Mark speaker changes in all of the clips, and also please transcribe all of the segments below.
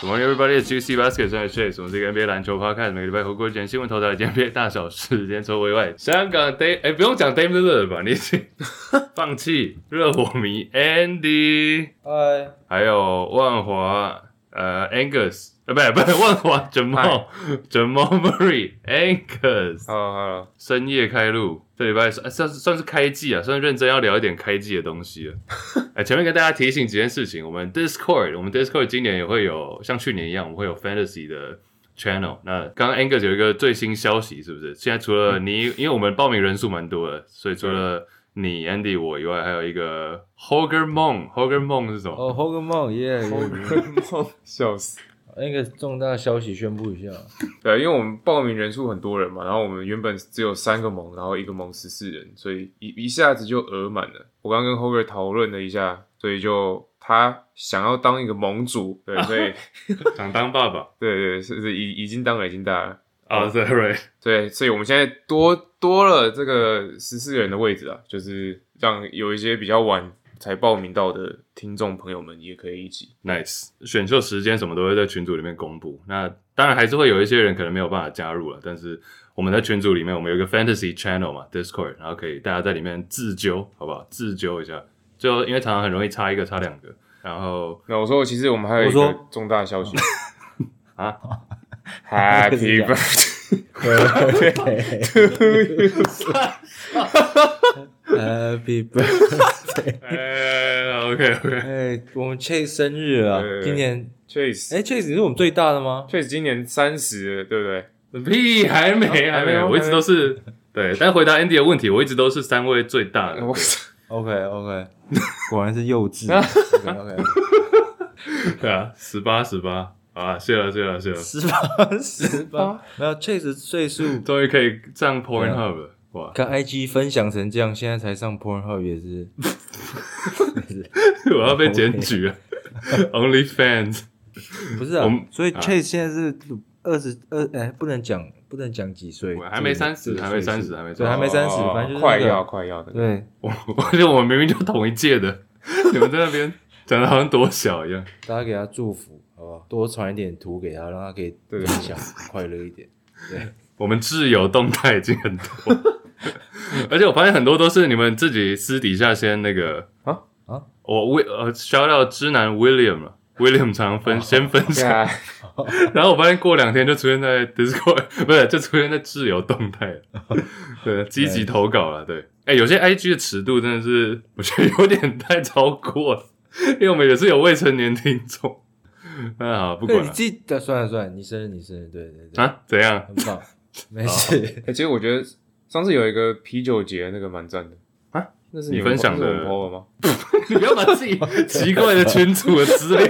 Speaker 1: Good morning, everybody. It's UC Basket 三十 Chase，我们这个 NBA 篮球 podcast 每个礼拜回顾简新闻头条、今天 NBA 大小事、今天周围外，香港 Day，哎，不用讲 Dame l i l 吧？你已经放弃热火迷 Andy，
Speaker 2: 嗨，
Speaker 1: 还有万华呃 Angus，呃，不是不是万华卷毛卷毛 Murray Angus，
Speaker 2: 哈喽哈喽，
Speaker 1: 深夜开录，这礼拜啊算算是算是开季啊，算是认真要聊一点开季的东西了。哎，前面跟大家提醒几件事情，我们 Discord，我们 Discord 今年也会有像去年一样，我们会有 Fantasy 的 channel。那刚刚 Angus 有一个最新消息，是不是？现在除了你，因为我们报名人数蛮多的，所以除了你 Andy 我以外，还有一个 Hoger Mon。Hoger Mon 是什么？
Speaker 2: 哦，后个梦耶，
Speaker 3: 梦，笑死。
Speaker 2: 那个重大消息宣布一 下，
Speaker 3: 对，因为我们报名人数很多人嘛，然后我们原本只有三个盟，然后一个盟十四人，所以一一下子就额满了。我刚跟 Hoger 讨论了一下，所以就他想要当一个盟主，对，所以
Speaker 1: 想当爸爸
Speaker 3: 对对是是已已经当了，已经当了，
Speaker 1: 啊、对 s o r r y
Speaker 3: 对，所以我们现在多多了这个十四人的位置啊，就是让有一些比较晚才报名到的听众朋友们也可以一起。
Speaker 1: Nice，选秀时间什么都会在群组里面公布。那当然还是会有一些人可能没有办法加入了，但是我们在群组里面，我们有一个 Fantasy Channel 嘛，Discord，然后可以大家在里面自纠，好不好？自纠一下，最后因为常常很容易差一个、差两个，然后
Speaker 3: 那我说，其实我们还有一
Speaker 2: 我说
Speaker 3: 个重大 消息
Speaker 1: 啊
Speaker 3: ，Happy Birthday！
Speaker 2: Happy birthday！
Speaker 1: 呃，OK OK，
Speaker 2: 哎，我们 Chase 生日了
Speaker 3: 对对
Speaker 2: 啊，
Speaker 3: 对
Speaker 2: 今年
Speaker 3: Chase，
Speaker 2: 哎 Chase 你是我们最大的吗？
Speaker 3: 确实今年三十，对不对？
Speaker 1: 屁还没
Speaker 3: 啊
Speaker 1: 还
Speaker 3: 还
Speaker 1: 没
Speaker 3: 没，
Speaker 1: 我一直都是对。但回答 Andy 的问题，我一直都是三位最大的。
Speaker 3: 我
Speaker 2: OK OK，果 然是幼稚。OK OK，
Speaker 1: 对啊，十八十八，好啊，谢了谢了 谢了，
Speaker 2: 十八十八，没有 Chase 岁数，
Speaker 1: 终于可以上
Speaker 3: 啊
Speaker 1: Pornhub 了，哇！
Speaker 2: 看 IG 分享成这样，现在才上 Pornhub 也是。
Speaker 1: 我要
Speaker 2: 哦
Speaker 1: 被检举了。Only fans，
Speaker 2: 不是
Speaker 1: 我
Speaker 2: 啊
Speaker 1: 们，
Speaker 2: 所以
Speaker 1: 啊
Speaker 2: Chase 现在是二十二，哎，不能讲，不能讲几岁，
Speaker 1: 我还没
Speaker 2: 这个
Speaker 1: 30
Speaker 2: 这个
Speaker 1: 还没
Speaker 2: 岁数
Speaker 1: 30还没哦
Speaker 2: 对，还没三十，反正就是
Speaker 3: 哦快
Speaker 2: 那个
Speaker 3: 要快要的。
Speaker 2: 对，
Speaker 1: 我 而且我们明明就同一届的， 你们在那边讲的好像多小一样。
Speaker 2: 大家给他祝福，好不好？多传一点图给他，让他可以
Speaker 3: 对
Speaker 2: 分享快乐一点。
Speaker 1: 我们挚友动态已经很多， 而且我发现很多都是你们自己私底下先那个
Speaker 3: 啊
Speaker 2: 啊，
Speaker 1: 我 Will 呃 shout out 知男 William 了。William 常
Speaker 2: 哦
Speaker 1: 分先分
Speaker 3: 对
Speaker 1: 享，
Speaker 3: 啊，
Speaker 1: 然后我发现过两天就出现在 Discord，不是 就出现在挚友动态了，对，积极投稿了，对，哎、有些 IG 的尺度真的是我觉得有点太超过了，因为我们也是有未成年听众，那好 不管
Speaker 2: 对，你
Speaker 1: 了
Speaker 2: 自己的算了算了，你生日你生日，对对对，
Speaker 1: 啊，怎样？
Speaker 2: 很棒，没事。
Speaker 3: 哎其实我觉得上次有一个啤酒节那个蛮赞的
Speaker 1: 啊，
Speaker 3: 那是
Speaker 1: 你
Speaker 3: 们
Speaker 1: 分享的
Speaker 3: 那是我们 PO 的吗？
Speaker 1: 你不要把自己奇怪的群主的资 料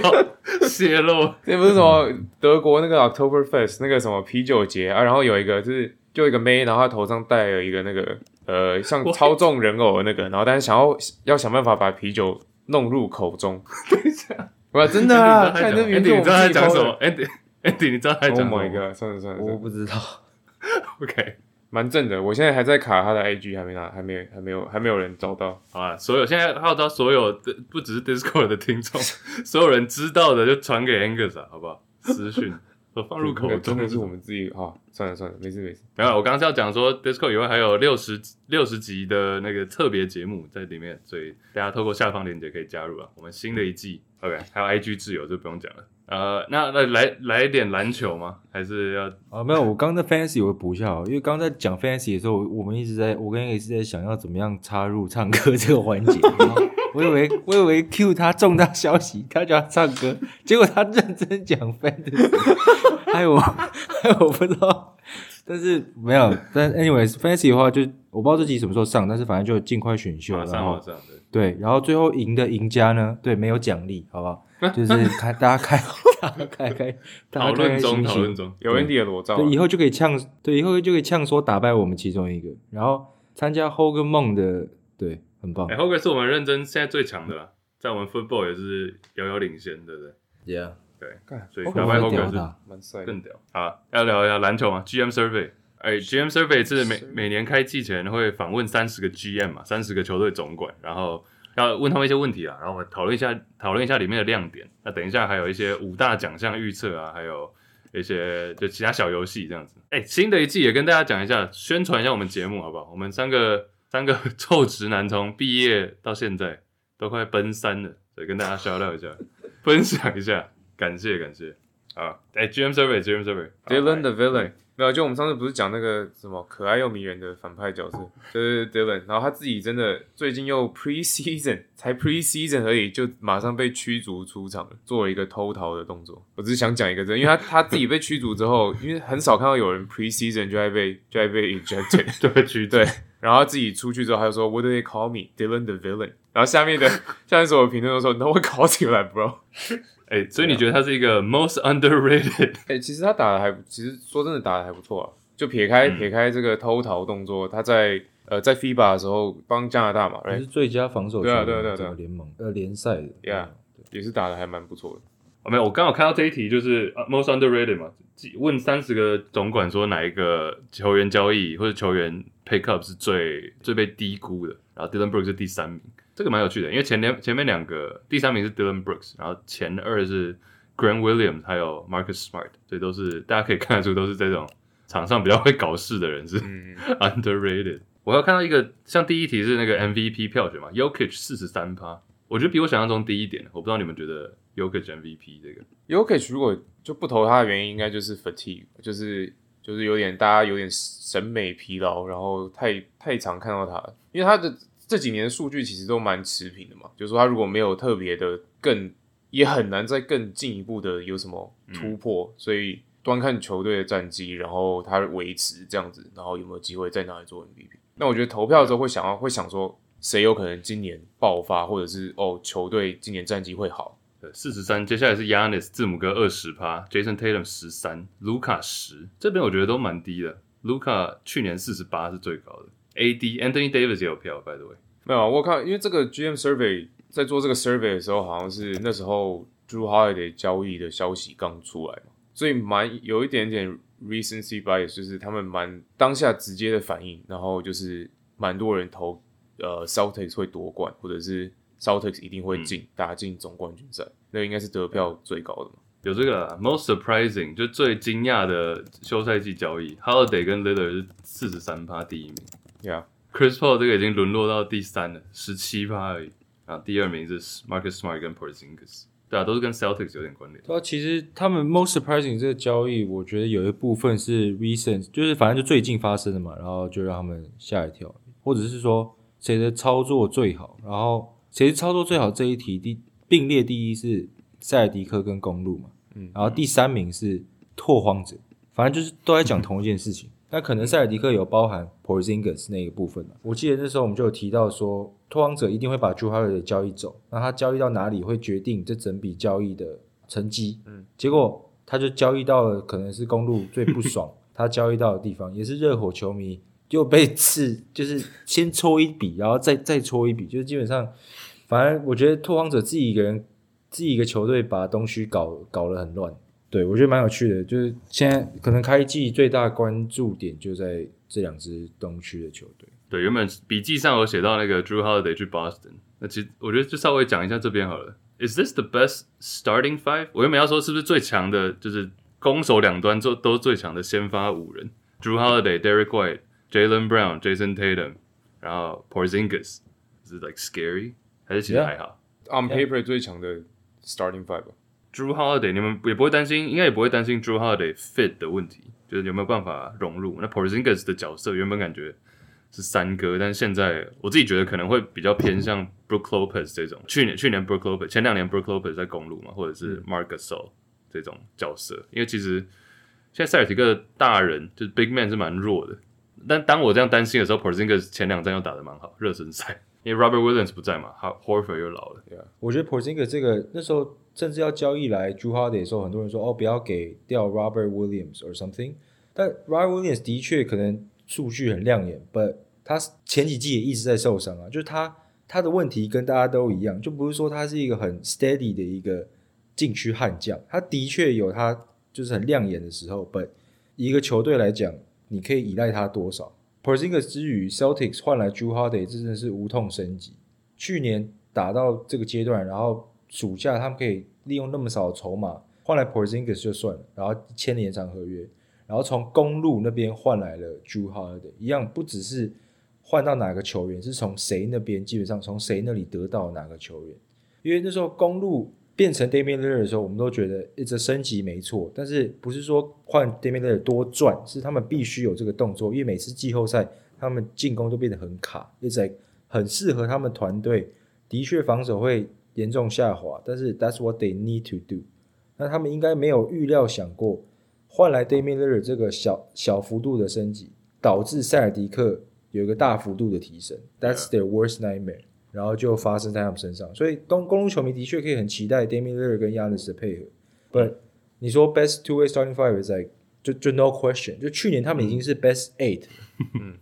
Speaker 1: 泄露。
Speaker 3: 那不是什么德国那个 October Fest 那个什么啤酒节啊，然后有一个就是就一个妹，然后她头上戴了一个那个呃像
Speaker 1: What？
Speaker 3: 操纵人偶的那个，然后但是想要要想办法把啤酒弄入口 中。哇，真的啊！看那
Speaker 1: Andy，
Speaker 3: 名字，
Speaker 1: 你知道他在讲什
Speaker 3: 我
Speaker 1: 么？Andy。Andy，你知道他在
Speaker 3: 们自
Speaker 1: 讲什
Speaker 3: 己 PO 的？Oh my
Speaker 1: 么
Speaker 3: god！算了算了，
Speaker 2: 我不知道，
Speaker 1: ？OK，
Speaker 3: 蛮正的。我现在还在卡他的 IG，还没拿，还没还没有还没有人找到。
Speaker 1: 好啊，所有现在号召所有的不只是 Discord 的听 众，所有人知道的就传给 Angus 啊，好不好？私讯我放入口
Speaker 3: 那个
Speaker 1: 中
Speaker 3: 真。的是我们自己啊！算了算了，没事没事。
Speaker 1: 没有，我刚刚是要讲说 Discord 以外还有六十六十集的那个特别节目在里面，所以大家透过下方链接可以加入啊。我们新的一季，OK，还有 IG 自由就不用讲了。呃，那那来来一点篮球吗？还是要
Speaker 2: 啊，没有，我刚刚在 fancy 我补一下哦，因为刚刚在讲 fancy 的时候，我我们一直在，我跟 A 一直在想要怎么样插入唱歌这个环节。然后我以为我以为 Q 他重大消息，他就要唱歌，结果他认真讲 fancy，哎我哎我不知道，但是没有，但 anyways fancy 的话就我不知道这集什么时候上，但是反正就尽快选秀，
Speaker 1: 马
Speaker 2: 然
Speaker 1: 上哦
Speaker 2: 后
Speaker 1: 马上对。
Speaker 2: 对，然后最后赢的赢家呢，对，没有奖励，好 不好？就是开大家开大家开开大家
Speaker 1: 讨论
Speaker 2: 开开
Speaker 1: 中，
Speaker 2: 心
Speaker 1: 讨
Speaker 2: 心
Speaker 1: 论中。
Speaker 3: 有 Andy 的裸照啊，
Speaker 2: 对，以后就可以呛，对，以后就可以呛说打败我们其中一个，然后参加 Hogan 梦的，对，很棒
Speaker 1: 哎、。后 h o g e r 是我们认真现在最强的啦，在我们 football 也是遥遥领先，对不对？
Speaker 2: Yeah，
Speaker 3: 干
Speaker 1: 所以
Speaker 3: 哦
Speaker 1: 打败
Speaker 2: 我
Speaker 1: h o g e
Speaker 2: 会
Speaker 1: r
Speaker 2: 屌
Speaker 1: 是
Speaker 2: 的，
Speaker 3: 蛮帅的。啊
Speaker 1: 更屌。好，要聊一下篮球嘛，GM survey。哎、g m survey 是每每年开季前会访问三十个 GM 嘛，三十个球队总管，然后要问他们一些问题啊，然后我们讨论一下讨论一下里面的亮点。那等一下还有一些五大奖项预测啊，还有一些就其他小游戏这样子。哎，新的一季也跟大家讲一下，宣传一下我们节目好不好？我们三个三个 臭直男从毕业到现在都快奔三了，所以跟大家 shout out 一下， 分享一下，感谢感谢啊！哎，GM Survey GM Survey
Speaker 3: Dylan the villain，没有，就我们上次不是讲那个什么可爱又迷人的反派角色， 就是 Dylan，然后他自己真的最近又 pre season 才 pre season 而已，就马上被驱逐出场了，做了一个偷逃的动作。我只是想讲一个这个，因为他他自己被驱逐之后， 因为很少看到有人 pre season 就在被就在被 ejected，
Speaker 1: 就被取
Speaker 3: 对，然后他自己出去之后，他就说 What do they call me? Dylan the villain。然后下 面的下面所有评论都说 No one calls you that, bro。
Speaker 1: 哎、所以你觉得他是一个 most underrated？
Speaker 3: 哎、其实他打的还不，其实说真的打的还不错啊。就撇开、
Speaker 1: 嗯
Speaker 3: 撇开这个偷逃动作，他在呃在 FIBA 的时候帮加拿大嘛，
Speaker 2: 他是
Speaker 3: right?
Speaker 2: 最佳防守球员，
Speaker 3: 对啊对啊对啊对
Speaker 2: 整
Speaker 3: 啊
Speaker 2: 个联盟呃联赛的
Speaker 3: Yeah 也是打的还蛮不错的。
Speaker 1: 哦，没有，我刚好看到这一题，就是呃 most underrated 嘛，记问三十个总管说哪一个球员交易或者球员 pick up 是最最被低估的，然后 Dylan Brooks 是第三名，这个蛮有趣的，因为前两前面两个第三名是 Dylan Brooks，然后前二是 Grant Williams 还有 Marcus Smart，所以都是大家可以看得出都是这种场上比较会搞事的人是
Speaker 3: 嗯，
Speaker 1: underrated。我要看到一个，像第一题是那个 MVP 票选嘛，Yokich 四十三趴，我觉得比我想象中低一点。我不知道你们觉得 Yokich MVP 这个，
Speaker 3: Yokich 如果就不投他的原因，应该就是 fatigue，就是就是有点大家有点审美疲劳，然后太太常看到他了，因为他的这几年的数据其实都蛮持平的嘛，就是说他如果没有特别的更，也很难再更进一步的有什么突破，所以端看球队的战绩，然后他维持这样子，然后有没有机会在哪里做 MVP？那我觉得投票的时候会想要会想说谁有可能今年爆发，或者是哦球队今年战绩会好，
Speaker 1: 呃，四十三，接下来是 Yanis 字母哥二十趴，Jason Tatum 十三，Luca 十，这边我觉得都蛮低的。Luca 去年四十八是最高的，AD Anthony Davis 也有票，by the way。
Speaker 3: 没有，啊我看因为这个 GM survey 在做这个 survey 的时候，好像是那时候 Drew Holiday 交易的消息刚出来嘛，所以蛮有一点点 recency bias，就是他们蛮当下直接的反应，然后就是蛮多人投呃 Celtics 会夺冠，或者是 Celtics 一定会进、打进总冠军赛，那应该是得票最高的嘛。
Speaker 1: 有这个啦 most surprising 就最惊讶的休赛季交易，Holiday 跟 Lillard 是四十三趴第一名。
Speaker 3: Yeah，
Speaker 1: Chris Paul 这个已经沦落到第三了，十七趴而已。啊，第二名是 Marcus Smart 跟 Porzingis，对啊，都是跟 Celtics 有点关联。
Speaker 2: 对啊，其实他们 most surprising 这个交易，我觉得有一部分是 recent，就是反正就最近发生的嘛，然后就让他们吓一跳，或者是说谁的操作最好，然后谁操作最好这一题第并列第一是塞尔迪克跟公路嘛，
Speaker 3: 嗯
Speaker 2: 然后第三名是拓荒者，反正就是都在讲同一件事情。那可能塞尔迪克有包含 Porzingis 那个部分了。我记得那时候我们就有提到说，拓荒者一定会把 Drew Holiday 交易走，那他交易到哪里会决定这整笔交易的成绩。
Speaker 3: 嗯，
Speaker 2: 结果他就交易到了可能是公路最不爽他交易到的地方，也是热火球迷又被刺，就是先搓一笔，然后再再搓一笔，就是基本上，反正我觉得拓荒者自己一个人自己一个球队把东区搞搞得很乱。对，我觉得蛮有趣的，就是现在可能开季最大关注点就在这两支东区的球队。
Speaker 1: 对，原本笔记上有写到那个 Drew Holiday 去 Boston，那其实我觉得就稍微讲一下这边好了。Is this the best starting five？我原本要说是不是最强的，就是攻守两端都都最强的先发五人：Drew Holiday、Derek White、Jalen Brown、Jason Tatum，然后 Porzingis，是 like scary 还是其实
Speaker 2: Yeah
Speaker 1: 还好
Speaker 3: On paper 最强的 starting five 吧
Speaker 1: Drew Holiday，你们也不会担心，应该也不会担心 Drew Holiday fit 的问题，就是有没有办法融入。那 Porzingis 的角色原本感觉是三哥，但是现在我自己觉得可能会比较偏向 Brook Lopez 这种。去年去年 Brook Lopez，前两年 Brook Lopez 在公路嘛，或者是 Marc Gasol 这种角色，因为其实现在塞尔提克的大人就是 Big Man 是蛮弱的。但当我这样担心的时候，Porzingis 前两站又打得蛮好，热身赛，因为 Robert Williams 不在嘛，好 Horford 又老了。
Speaker 2: 我觉得 Porzingis 这个那时候甚至要交易来 Drew Holiday 的时候，很多人说哦，不要给掉 Robert Williams or something。但 Robert Williams 的确可能数据很亮眼，but 他前几季也一直在受伤啊，就是他他的问题跟大家都一样，就不是说他是一个很 steady 的一个禁区悍将，他的确有他就是很亮眼的时候，but 一个球队来讲，你可以依赖他多少？Porzingis 之于 Celtics 换来 Drew Holiday，这真的是无痛升级。去年打到这个阶段，然后暑假他们可以利用那么少的筹码换来 Porzingis 就算了，然后签了延长合约，然后从公路那边换来了 Drew Holiday，一样不只是换到哪个球员，是从谁那边基本上从谁那里得到哪个球员，因为那时候公路。变成 Damian Lillard 的时候，我们都觉得一直升级没错，但是不是说换 Damian Lillard 多赚，是他们必须有这个动作，因为每次季后赛他们进攻都变得很卡，一直在很适合他们团队，的确防守会严重下滑，但是 That's what they need to do。那他们应该没有预料想过，换来 Damian Lillard 这个小小幅度的升级，导致塞尔迪克有一个大幅度的提升，That's their worst nightmare。然后就发生在他们身上，所以东公路球迷的确可以很期待 Damian Lillard 跟 Yanis 的配合。But 你说 best two way starting five is like 就就 no question，就去年他们已经是 best eight，
Speaker 1: 嗯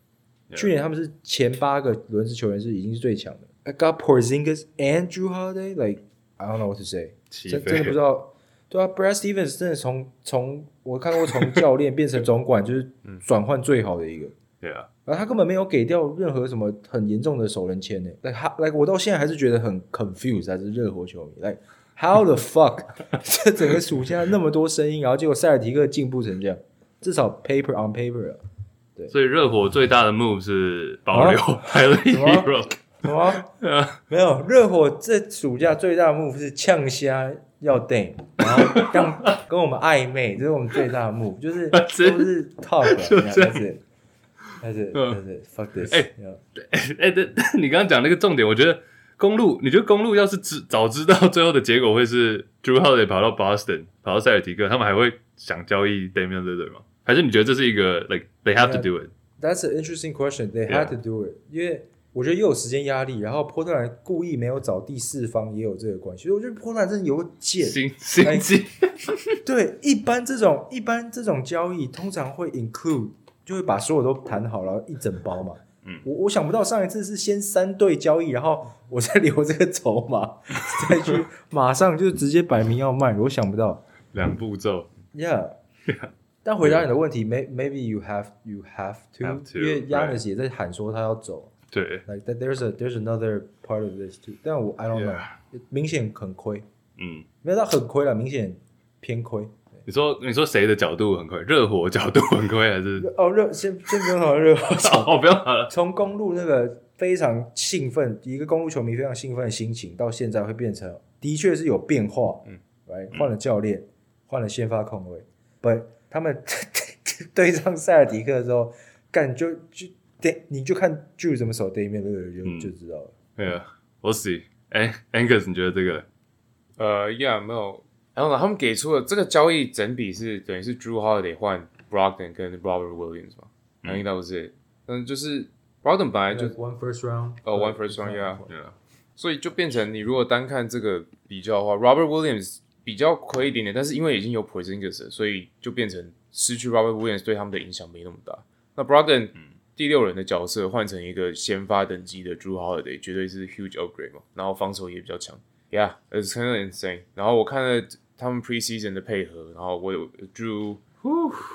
Speaker 1: Yeah
Speaker 2: 去年他们是前八个轮值球员是已经是最强的。I got Porzingis and Drew Holiday，like I don't know what to say，
Speaker 1: 起
Speaker 2: 真
Speaker 1: 飞
Speaker 2: 真的不知道。对啊，Brad Stevens 真的从从我看过从教练变成总管，就是
Speaker 1: 嗯
Speaker 2: 转换最好的一个。
Speaker 1: 对啊，
Speaker 2: 然后他根本没有给掉任何什么很严重的手人签呢。来，他来，我到现在还是觉得很 confused，还是热火球迷。来，how the fuck？这 整个暑假那么多声音，然后结果塞尔提克进步成这样，至少 paper on paper 啊，
Speaker 1: 所以热火最大的 move 是保留 Tyler
Speaker 2: 啊么
Speaker 1: Hero，
Speaker 2: 什 么？没有，热火这暑假最大的 move 是呛虾要 Dame，然后让跟我们暧昧，这是我们最大的 move，就 是都是 talk，啊
Speaker 1: 就这样
Speaker 2: 但是但是
Speaker 1: 嗯
Speaker 2: 但是 fuck this，
Speaker 1: 哎
Speaker 2: yeah
Speaker 1: 哎、对，你刚刚讲那个重点，我觉得公路，你觉得公路要是知早知道 最后的结果会是 Drew Holiday 跑到 Boston，跑到塞尔提克，他们还会想交易 Damian Lillard 吗？还是你觉得这是一个 like they have to do it？
Speaker 2: That's an interesting question. They had to do it，、因为我觉得又有时间压力，然后波特兰故意没有找第四方也有这个关系。所以我觉得波特兰真的有个贱。
Speaker 1: 心心
Speaker 2: 哎
Speaker 1: 机
Speaker 2: 对，一般这种一般这种交易通常会 include，就会把所有都谈好，然后一整包嘛。
Speaker 1: 嗯
Speaker 2: 我我想不到上一次是先三对交易，然后我再留这个筹码， 再去马上就直接摆明要卖。我想不到
Speaker 1: 两步骤
Speaker 2: ，Yeah。但回答你的问题，may-，maybe you have you have to，,
Speaker 1: Have to，
Speaker 2: 因为
Speaker 1: right
Speaker 2: Yanis 也在喊说他要走。
Speaker 1: 对，
Speaker 2: Like that, there's a there's another part of this too. 但我 I don't know，、
Speaker 1: Yeah
Speaker 2: 明显很亏，
Speaker 1: 嗯，
Speaker 2: 没有到很亏了，明显偏亏。
Speaker 1: 你说你说谁的角度很亏？热火角度很亏还是？
Speaker 2: 哦，热先先不用讨论热火从
Speaker 1: 哦，不要 好了，
Speaker 2: 从公路那个非常兴奋，一个公路球迷非常兴奋的心情，到现在会变成的确是有变化。
Speaker 3: 嗯
Speaker 2: 嗯，来换了教练，换了先发控卫，but 他们 对上塞尔迪克的时候，干就就对，你就看就怎么守对面那个人
Speaker 1: 嗯
Speaker 2: 就就知道了。
Speaker 1: 对啊，我死。哎，Angus，你觉得这个
Speaker 3: 呃，Yeah，没有，然后呢，他们给出了这个交易整笔是等于是 Drew Holiday 换 Brogdon 跟 Robert Williams 嘛、i think that was it。嗯，就是 Brogdon 本来就
Speaker 2: Like one first round，
Speaker 3: 哦，one first round，yeah
Speaker 1: 对啊
Speaker 3: 所以就变成你如果单看这个比较的话，Robert Williams 比较亏一点点，但是因为已经有 Porzingis，了所以就变成失去 Robert Williams 对他们的影响没那么大。那 Brogdon 第六人的角色换成一个先发等级的 Drew Holiday，绝对是 huge upgrade 嘛，然后防守也比较强，Yeah，it's kind of insane。然后我看了他们 preseason 的配合，然后我有 Drew。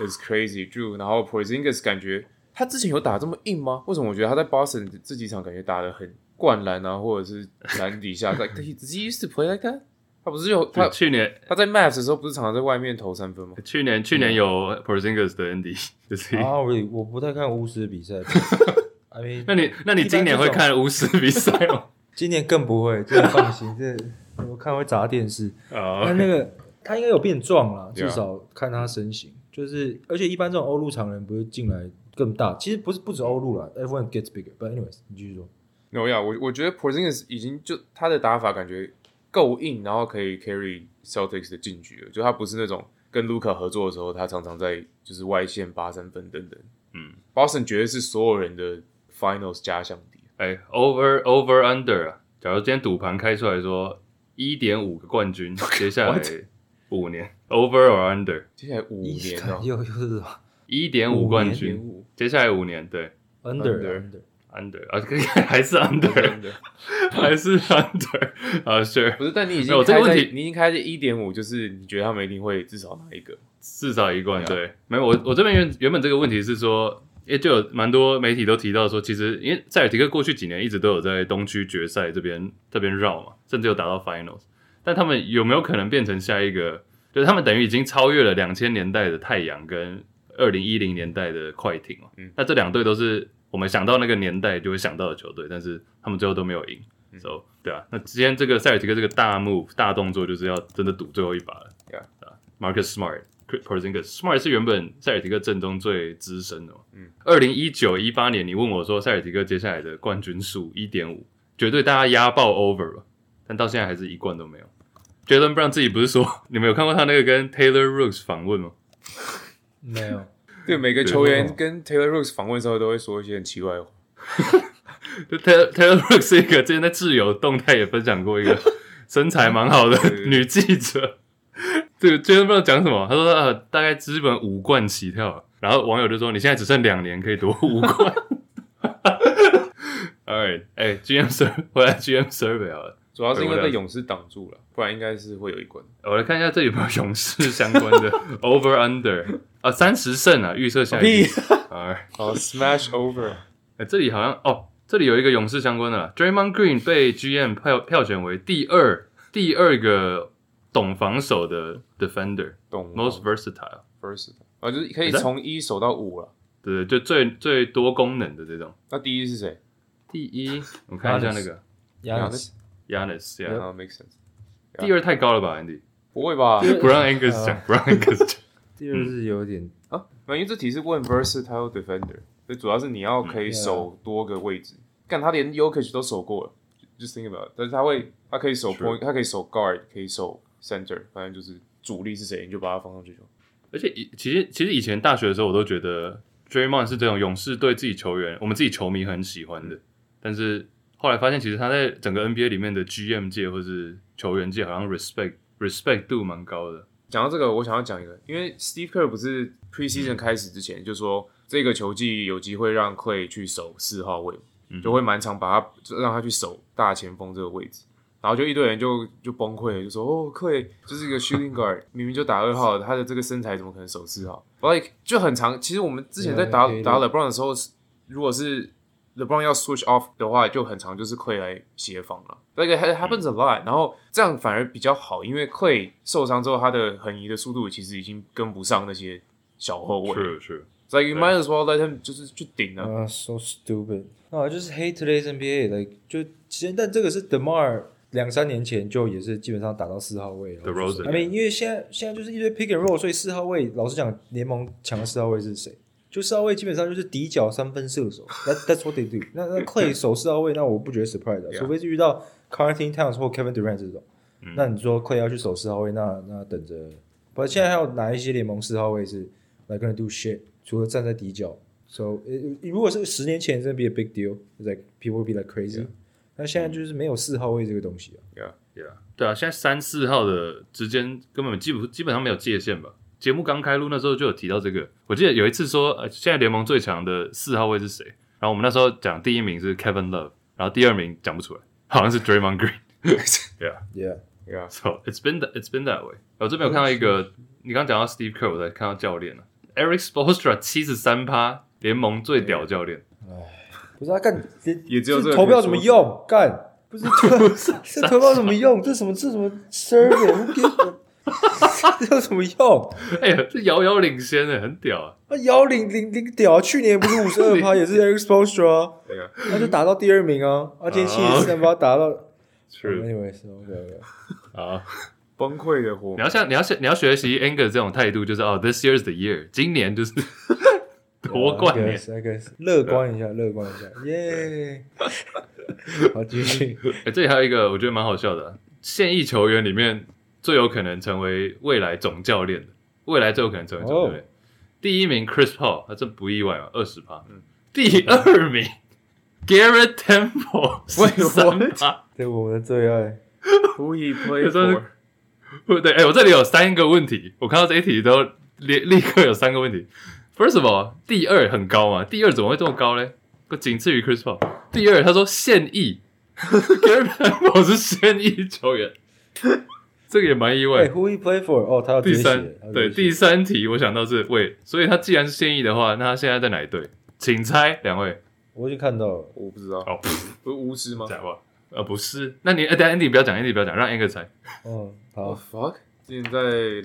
Speaker 3: is crazy Drew，然后 Porzingis 感觉他之前有打这么硬吗？为什么我觉得他在 Boston 这几场感觉打得很灌篮啊，或者是篮底下，like he does he used to play like that？他不是有他
Speaker 1: 就去年
Speaker 3: 他在 Mavs 的时候不是常常在外面投三分吗？
Speaker 1: 去年去年有 Porzingis 的 Andy，就是一 个
Speaker 3: 哦
Speaker 2: 啊，我我不太看巫师的比赛。I mean，
Speaker 1: 那你那你今年会看巫师比赛 吗？
Speaker 2: 今年更不会，这个放心，这我看会砸电视。
Speaker 1: 啊
Speaker 3: 哦
Speaker 2: 但那个他应该有变壮了，
Speaker 3: 对啊
Speaker 2: 至少看他身形，就是而且一般这种欧陆常人不是进来更大，其实不是不止欧陆了，everyone gets bigger。But anyways，你继续说。
Speaker 3: no, yeah，我我觉得 Porzingis 已经就他的打法感觉够硬，然后可以 carry Celtics 的进局了。就他不是那种跟 Luca 合作的时候，他常常在就是外线拔三分等等。
Speaker 1: 嗯
Speaker 3: ，Boston 绝对是所有人的 Finals 加强敌。
Speaker 1: 哎，over over under 啊，假如今天赌盘开出来说一点五个冠 军，接下来
Speaker 3: What？
Speaker 1: 五年 over or under
Speaker 3: 接下来五年哦、
Speaker 2: 又又是什么
Speaker 1: 一点五冠
Speaker 3: 五年
Speaker 1: 军，
Speaker 3: 五
Speaker 1: 接下来五年对
Speaker 2: under
Speaker 3: Under
Speaker 2: under
Speaker 1: under 啊，还是 under 还是 under 啊，sure，
Speaker 3: 不是，但你已
Speaker 1: 没
Speaker 3: 经
Speaker 1: 有这个
Speaker 3: 开在
Speaker 1: 问题
Speaker 3: 你已经开在一点五，就是你觉得他们一定会至少拿一个。
Speaker 1: 至少一冠
Speaker 3: 对啊
Speaker 1: 对，没有我我这边原原本这个问题是说也就有蛮多媒体都提到说，其实因为塞尔提克过去几年一直都有在东区决赛这边这边绕嘛，甚至有打到 finals，但他们有没有可能变成下一个？就是他们等于已经超越了两千年代的太阳跟二零一零年代的快艇嘛。
Speaker 3: 嗯
Speaker 1: 那这两队都是我们想到那个年代就会想到的球队，但是他们最后都没有赢。so
Speaker 3: 嗯
Speaker 1: 对啊，那今天这个塞尔提克这个大 move 大动作就是要真的赌最后一把了。
Speaker 3: Yeah
Speaker 1: 对啊，Marcus Smart。Porzingis Smart 是原本塞尔提克阵中最资深的嘛，二零一九一八年，你问我说塞尔提克接下来的冠军数一点五，绝对大家压爆 over 了，但到现在还是一冠都没有。Jalen Brown 自己不是说，你们有看过他那个跟 Taylor Rooks 访问吗？
Speaker 2: 没有，
Speaker 3: 对每个球员跟 Taylor Rooks 访问的时候都会说一些很奇怪的话。
Speaker 1: 就 Taylor Taylor Rooks 是一个之前在自由动态也分享过 一个身材蛮好的
Speaker 3: 对
Speaker 1: 女记者。对，Jalen Brown 讲什么？他说呃，大概基本五冠起跳，然后网友就说你现在只剩两年可以夺五冠。Alright，哎、g m Sur 回来 GM Survey 好了。
Speaker 3: 主要是因为
Speaker 1: 对我了
Speaker 3: 被
Speaker 1: 解
Speaker 3: 勇士挡住了，不然应该是会有一关。
Speaker 1: 我来看一下这有没有勇士相关的 over under 啊，三十胜啊，预测下
Speaker 3: 哦
Speaker 1: 一季。哎、
Speaker 3: 好，Smash Over，
Speaker 1: 哎这里好像哦，这里有一个勇士相关的啦，Draymond Green 被 GM 票票选为第二第二个懂防守的 defender，most
Speaker 3: 懂
Speaker 1: versatile，
Speaker 3: First 啊，就是可以
Speaker 1: Is that-
Speaker 3: 从一守到五了。
Speaker 1: 对，就最最多功能的这种。
Speaker 3: 那第一是谁？
Speaker 1: 第一，我看一下那个
Speaker 2: 亚历
Speaker 3: Giannis
Speaker 2: 斯
Speaker 1: Yanis，、yeah.
Speaker 3: 啊，make sense，
Speaker 1: 第二太高了吧，Andy？
Speaker 3: 不会吧？
Speaker 1: 不让 Angus 讲，不让 Angus 讲。
Speaker 2: 第二是有点
Speaker 3: 啊，没有，因为这题是问 versatile defender，所以主要是你要可以守多个位置。干、他连 Yokich 都守过了，just think about，it 但是他会，他可以守
Speaker 1: Sure
Speaker 3: point，他可以守 guard，可以守 center，反正就是主力是谁，你就把他放上去就好。
Speaker 1: 而且以其实其实以前大学的时候，我都觉得 Draymond 是这种勇士对自己球员，我们自己球迷很喜欢的。但是后来发现，其实他在整个 NBA 里面的 GM 界或是球员界，好像 respect respect 度蛮高的。
Speaker 3: 讲到这个，我想要讲一个，因为 Steve Kerr 不是 preseason 开始之前就说这个球季有机会让 Clay 去守四号位，就会蛮常把他就让他去守大前锋这个位置，然后就一堆人就就崩溃了，就说哦，Clay 就是一个 shooting guard，明明就打二号，他的这个身材怎么可能守四号？Like 就很常，其实我们之前在打
Speaker 2: Yeah,
Speaker 3: 打 LeBron 的时候，如果是 LeBron 要 switch off 的话，就很常就是 Clay 来协防了。那个 it happens a lot，、然后这样反而比较好，因为 Clay 受伤之后，他的横移的速度其实已经跟不上那些小后卫。
Speaker 1: 是是，
Speaker 3: So like you might as well let him 就是去顶
Speaker 1: 嗯
Speaker 3: 啊。
Speaker 2: 啊，so stupid 啊，就是 hate today's NBA，like 就其实但这个是 Demar 两三年前就也是基本上打到四号位了。
Speaker 1: DeRozan
Speaker 2: 我面因为现在现在就是一堆 pick and roll，所以四号位老实讲，联盟强的四号位是谁？就四号位基本上就是底角三分射手，that that's what they do 那。那 Clay 守四号位，那我不觉得 surprise，、啊
Speaker 3: Yeah
Speaker 2: 除非是遇到 c a r t i n Towns 或 Kevin Durant 这种。那你说 Clay 要去守四号位，那那等着。不，现在还有哪一些联盟四号位是 like gonna do shit？除了站在底角，so it- it- 如果是十年前，it's gonna be a big deal，like people be like crazy。那现在就是没有四号位这个东西啊。
Speaker 1: Yeah，对啊，现在三四号的之间根本基本基本上没有界限吧。节目刚开录那时候就有提到这个，我记得有一次说，呃，现在联盟最强的四号位是谁？然后我们那时候讲第一名是 Kevin Love，然后第二名讲不出来，好像是 Draymond Green。
Speaker 2: Yeah，
Speaker 3: Yeah，
Speaker 1: So it's been that it's been that way。我这边有看到一个，你刚讲到 Steve Kerr，我才看到教练了、Eric Spoelstra 七十三趴，联盟最屌教练。
Speaker 2: 不是啊，干这
Speaker 3: 也只有这
Speaker 2: 这
Speaker 3: 个
Speaker 2: 投
Speaker 3: 可以
Speaker 2: 票
Speaker 3: 说
Speaker 2: 怎么用？干不是这投票怎么用？这什么这什么 server？这有什么用？
Speaker 1: 哎呀，这遥遥领先的，很屌啊！
Speaker 2: 那姚领领领屌啊，去年不是五十二趴，也是 exposure 啊，
Speaker 3: 对啊，
Speaker 2: 那就打到第二名啊，啊，今天七十三趴打到。
Speaker 1: 是
Speaker 2: Anyway，是 OK OK。
Speaker 1: 啊，
Speaker 3: 崩溃的火
Speaker 1: 你。要像你要像你要学习 Anger 这种态度，就是哦，This year's the year，今年就是 夺冠年。
Speaker 2: 那个乐观一下，乐观一下，耶！好，继续。
Speaker 1: 哎、这里还有一个我觉得蛮好笑的啊、现役球员里面最有可能成为未来总教练的，未来最有可能成为总教练。第一名 Chris Paul，他、这不意外嘛，啊二十趴。第二名 Garrett Temple，
Speaker 3: Wait,
Speaker 1: 三趴。
Speaker 2: 对我们的最爱，
Speaker 3: Who he play
Speaker 1: 有时候是
Speaker 3: for？
Speaker 1: 对，哎、我这里有三个问题，我看到这一题都立立刻有三个问题。First of all，第二很高嘛，第二怎么会这么高嘞？不仅次于 Chris Paul。第二，他说现役，Garrett Temple 是现役球员，这个也蛮意外
Speaker 2: 哎。，Who he play for？哦，他要
Speaker 1: 第
Speaker 2: 直接
Speaker 1: 三
Speaker 2: 写，他要
Speaker 1: 对
Speaker 2: 直接
Speaker 1: 第
Speaker 2: 写
Speaker 1: 三题，我想到是喂，所以他既然是现役的话，那他现在在哪一队？请猜两位，
Speaker 2: 我已经看到了，
Speaker 3: 我不知道，
Speaker 1: 哦，
Speaker 3: 不是巫师吗？
Speaker 1: 假吧？呃，不是，那你呃，等一下 Andy 不要讲，Andy 不要讲，让 Andy 猜，
Speaker 2: 嗯，
Speaker 3: 哦
Speaker 2: 好，
Speaker 3: fuck，之前在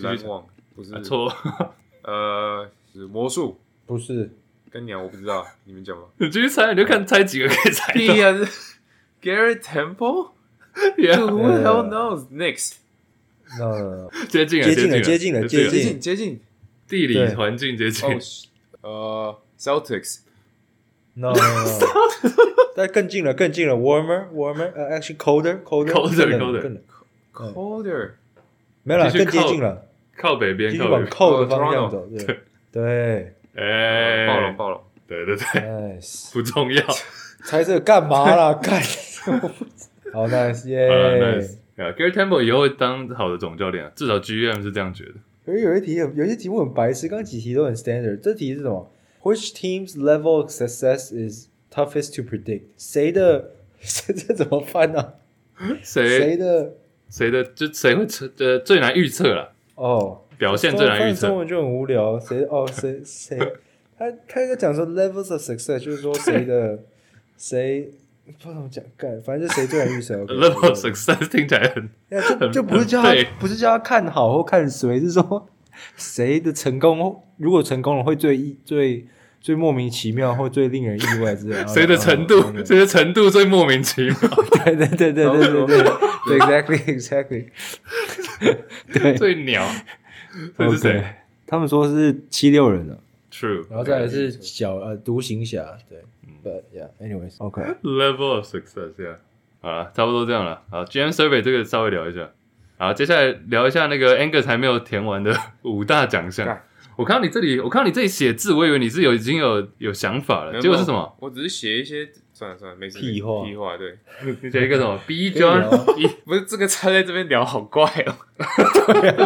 Speaker 3: 篮网不是
Speaker 1: 啊错，
Speaker 3: 呃是魔术，
Speaker 2: 不是，
Speaker 3: 跟鸟我不知道，你们讲吧。
Speaker 1: 你继续猜，你就看猜几个可以猜
Speaker 3: 第一 个是 Gary Temple，Who
Speaker 1: 到，
Speaker 2: 呃
Speaker 3: the hell knows next？
Speaker 2: 那
Speaker 1: 接近了，
Speaker 2: 接近
Speaker 1: 接
Speaker 2: 了接近了
Speaker 1: 接
Speaker 3: 接
Speaker 2: 接
Speaker 3: 近接近
Speaker 1: 地理
Speaker 2: 对
Speaker 1: 环境接
Speaker 3: 哦
Speaker 1: 近，，
Speaker 3: 呃 Oh, uh, Celtics，
Speaker 2: 那但更近了，更近了，warmer warmer，呃，actually colder colder
Speaker 1: Colder，
Speaker 2: 更冷
Speaker 1: colder
Speaker 2: 更冷
Speaker 3: Colder，
Speaker 2: 没有啦，
Speaker 1: 继续
Speaker 2: 更接
Speaker 1: 靠
Speaker 2: 近了，
Speaker 1: 靠北边，
Speaker 2: 继续
Speaker 1: 靠
Speaker 2: 往
Speaker 1: 北边，
Speaker 2: cold
Speaker 3: 哦
Speaker 2: 的方向
Speaker 3: Toronto
Speaker 2: 走，对对
Speaker 1: 哎，
Speaker 3: 暴龙暴龙，
Speaker 1: 对对对，
Speaker 2: ，nice，
Speaker 1: 不重要，
Speaker 2: 猜这个干 嘛啦？干，好 nice 耶
Speaker 1: 好了，nice。啊，Gary Temple 以后会当好的总教练啊，至少 GM 是这样觉得。
Speaker 2: 可是有一题很，有些题目很白痴，刚刚几题都很 standard。这题是什么？Which team's level of success is toughest to predict？谁的 这这怎么翻呢、谁
Speaker 1: 谁
Speaker 2: 的
Speaker 1: 谁的就谁会成呃最难预测了，
Speaker 2: 哦？
Speaker 1: 表现
Speaker 2: 中
Speaker 1: 最难预
Speaker 2: 文中
Speaker 1: 测。
Speaker 2: 文就很无聊。谁哦？ 谁谁？他他在讲说 levels of success，就是说 谁的谁不知道怎么讲，干反正就谁最难预 测。OK，
Speaker 1: Level of
Speaker 2: 对
Speaker 1: success 听起来很
Speaker 2: 那就
Speaker 1: 很
Speaker 2: 就不是叫
Speaker 1: 很
Speaker 2: 他
Speaker 1: 废
Speaker 2: 不是叫他看好或看谁，是说谁的成功，如果成功了会最意最最莫名其妙或最令人意外之类。
Speaker 1: 谁的程度，谁的程度最莫名其妙。
Speaker 2: 对对对对对对对
Speaker 1: 哦
Speaker 2: 对，exactly exactly，对
Speaker 1: 最鸟，这是谁
Speaker 2: OK 他们说是七六人啊的，
Speaker 1: ？True。
Speaker 2: 然后再来是小呃独行侠，对，but
Speaker 1: 嗯
Speaker 2: yeah anyways，OK，
Speaker 1: Level of success，yeah。好了，差不多这样了。好，GM survey 这个稍微聊一下。好，接下来聊一下那个 Angus 还没有填完的 五大奖项
Speaker 3: 干。
Speaker 1: 我看到你这里，我看到你这里写字，我以为你是有已经有有想法
Speaker 3: 没
Speaker 1: 了，
Speaker 3: 有
Speaker 1: 结果是什么？？
Speaker 3: 我只是写一些，算了算了，没事。
Speaker 2: 屁话
Speaker 3: 屁话，对，
Speaker 1: 你写一个什么 B
Speaker 2: 可以聊
Speaker 1: John
Speaker 2: 啊
Speaker 1: B
Speaker 3: 不是这个插在这边聊 好怪哦。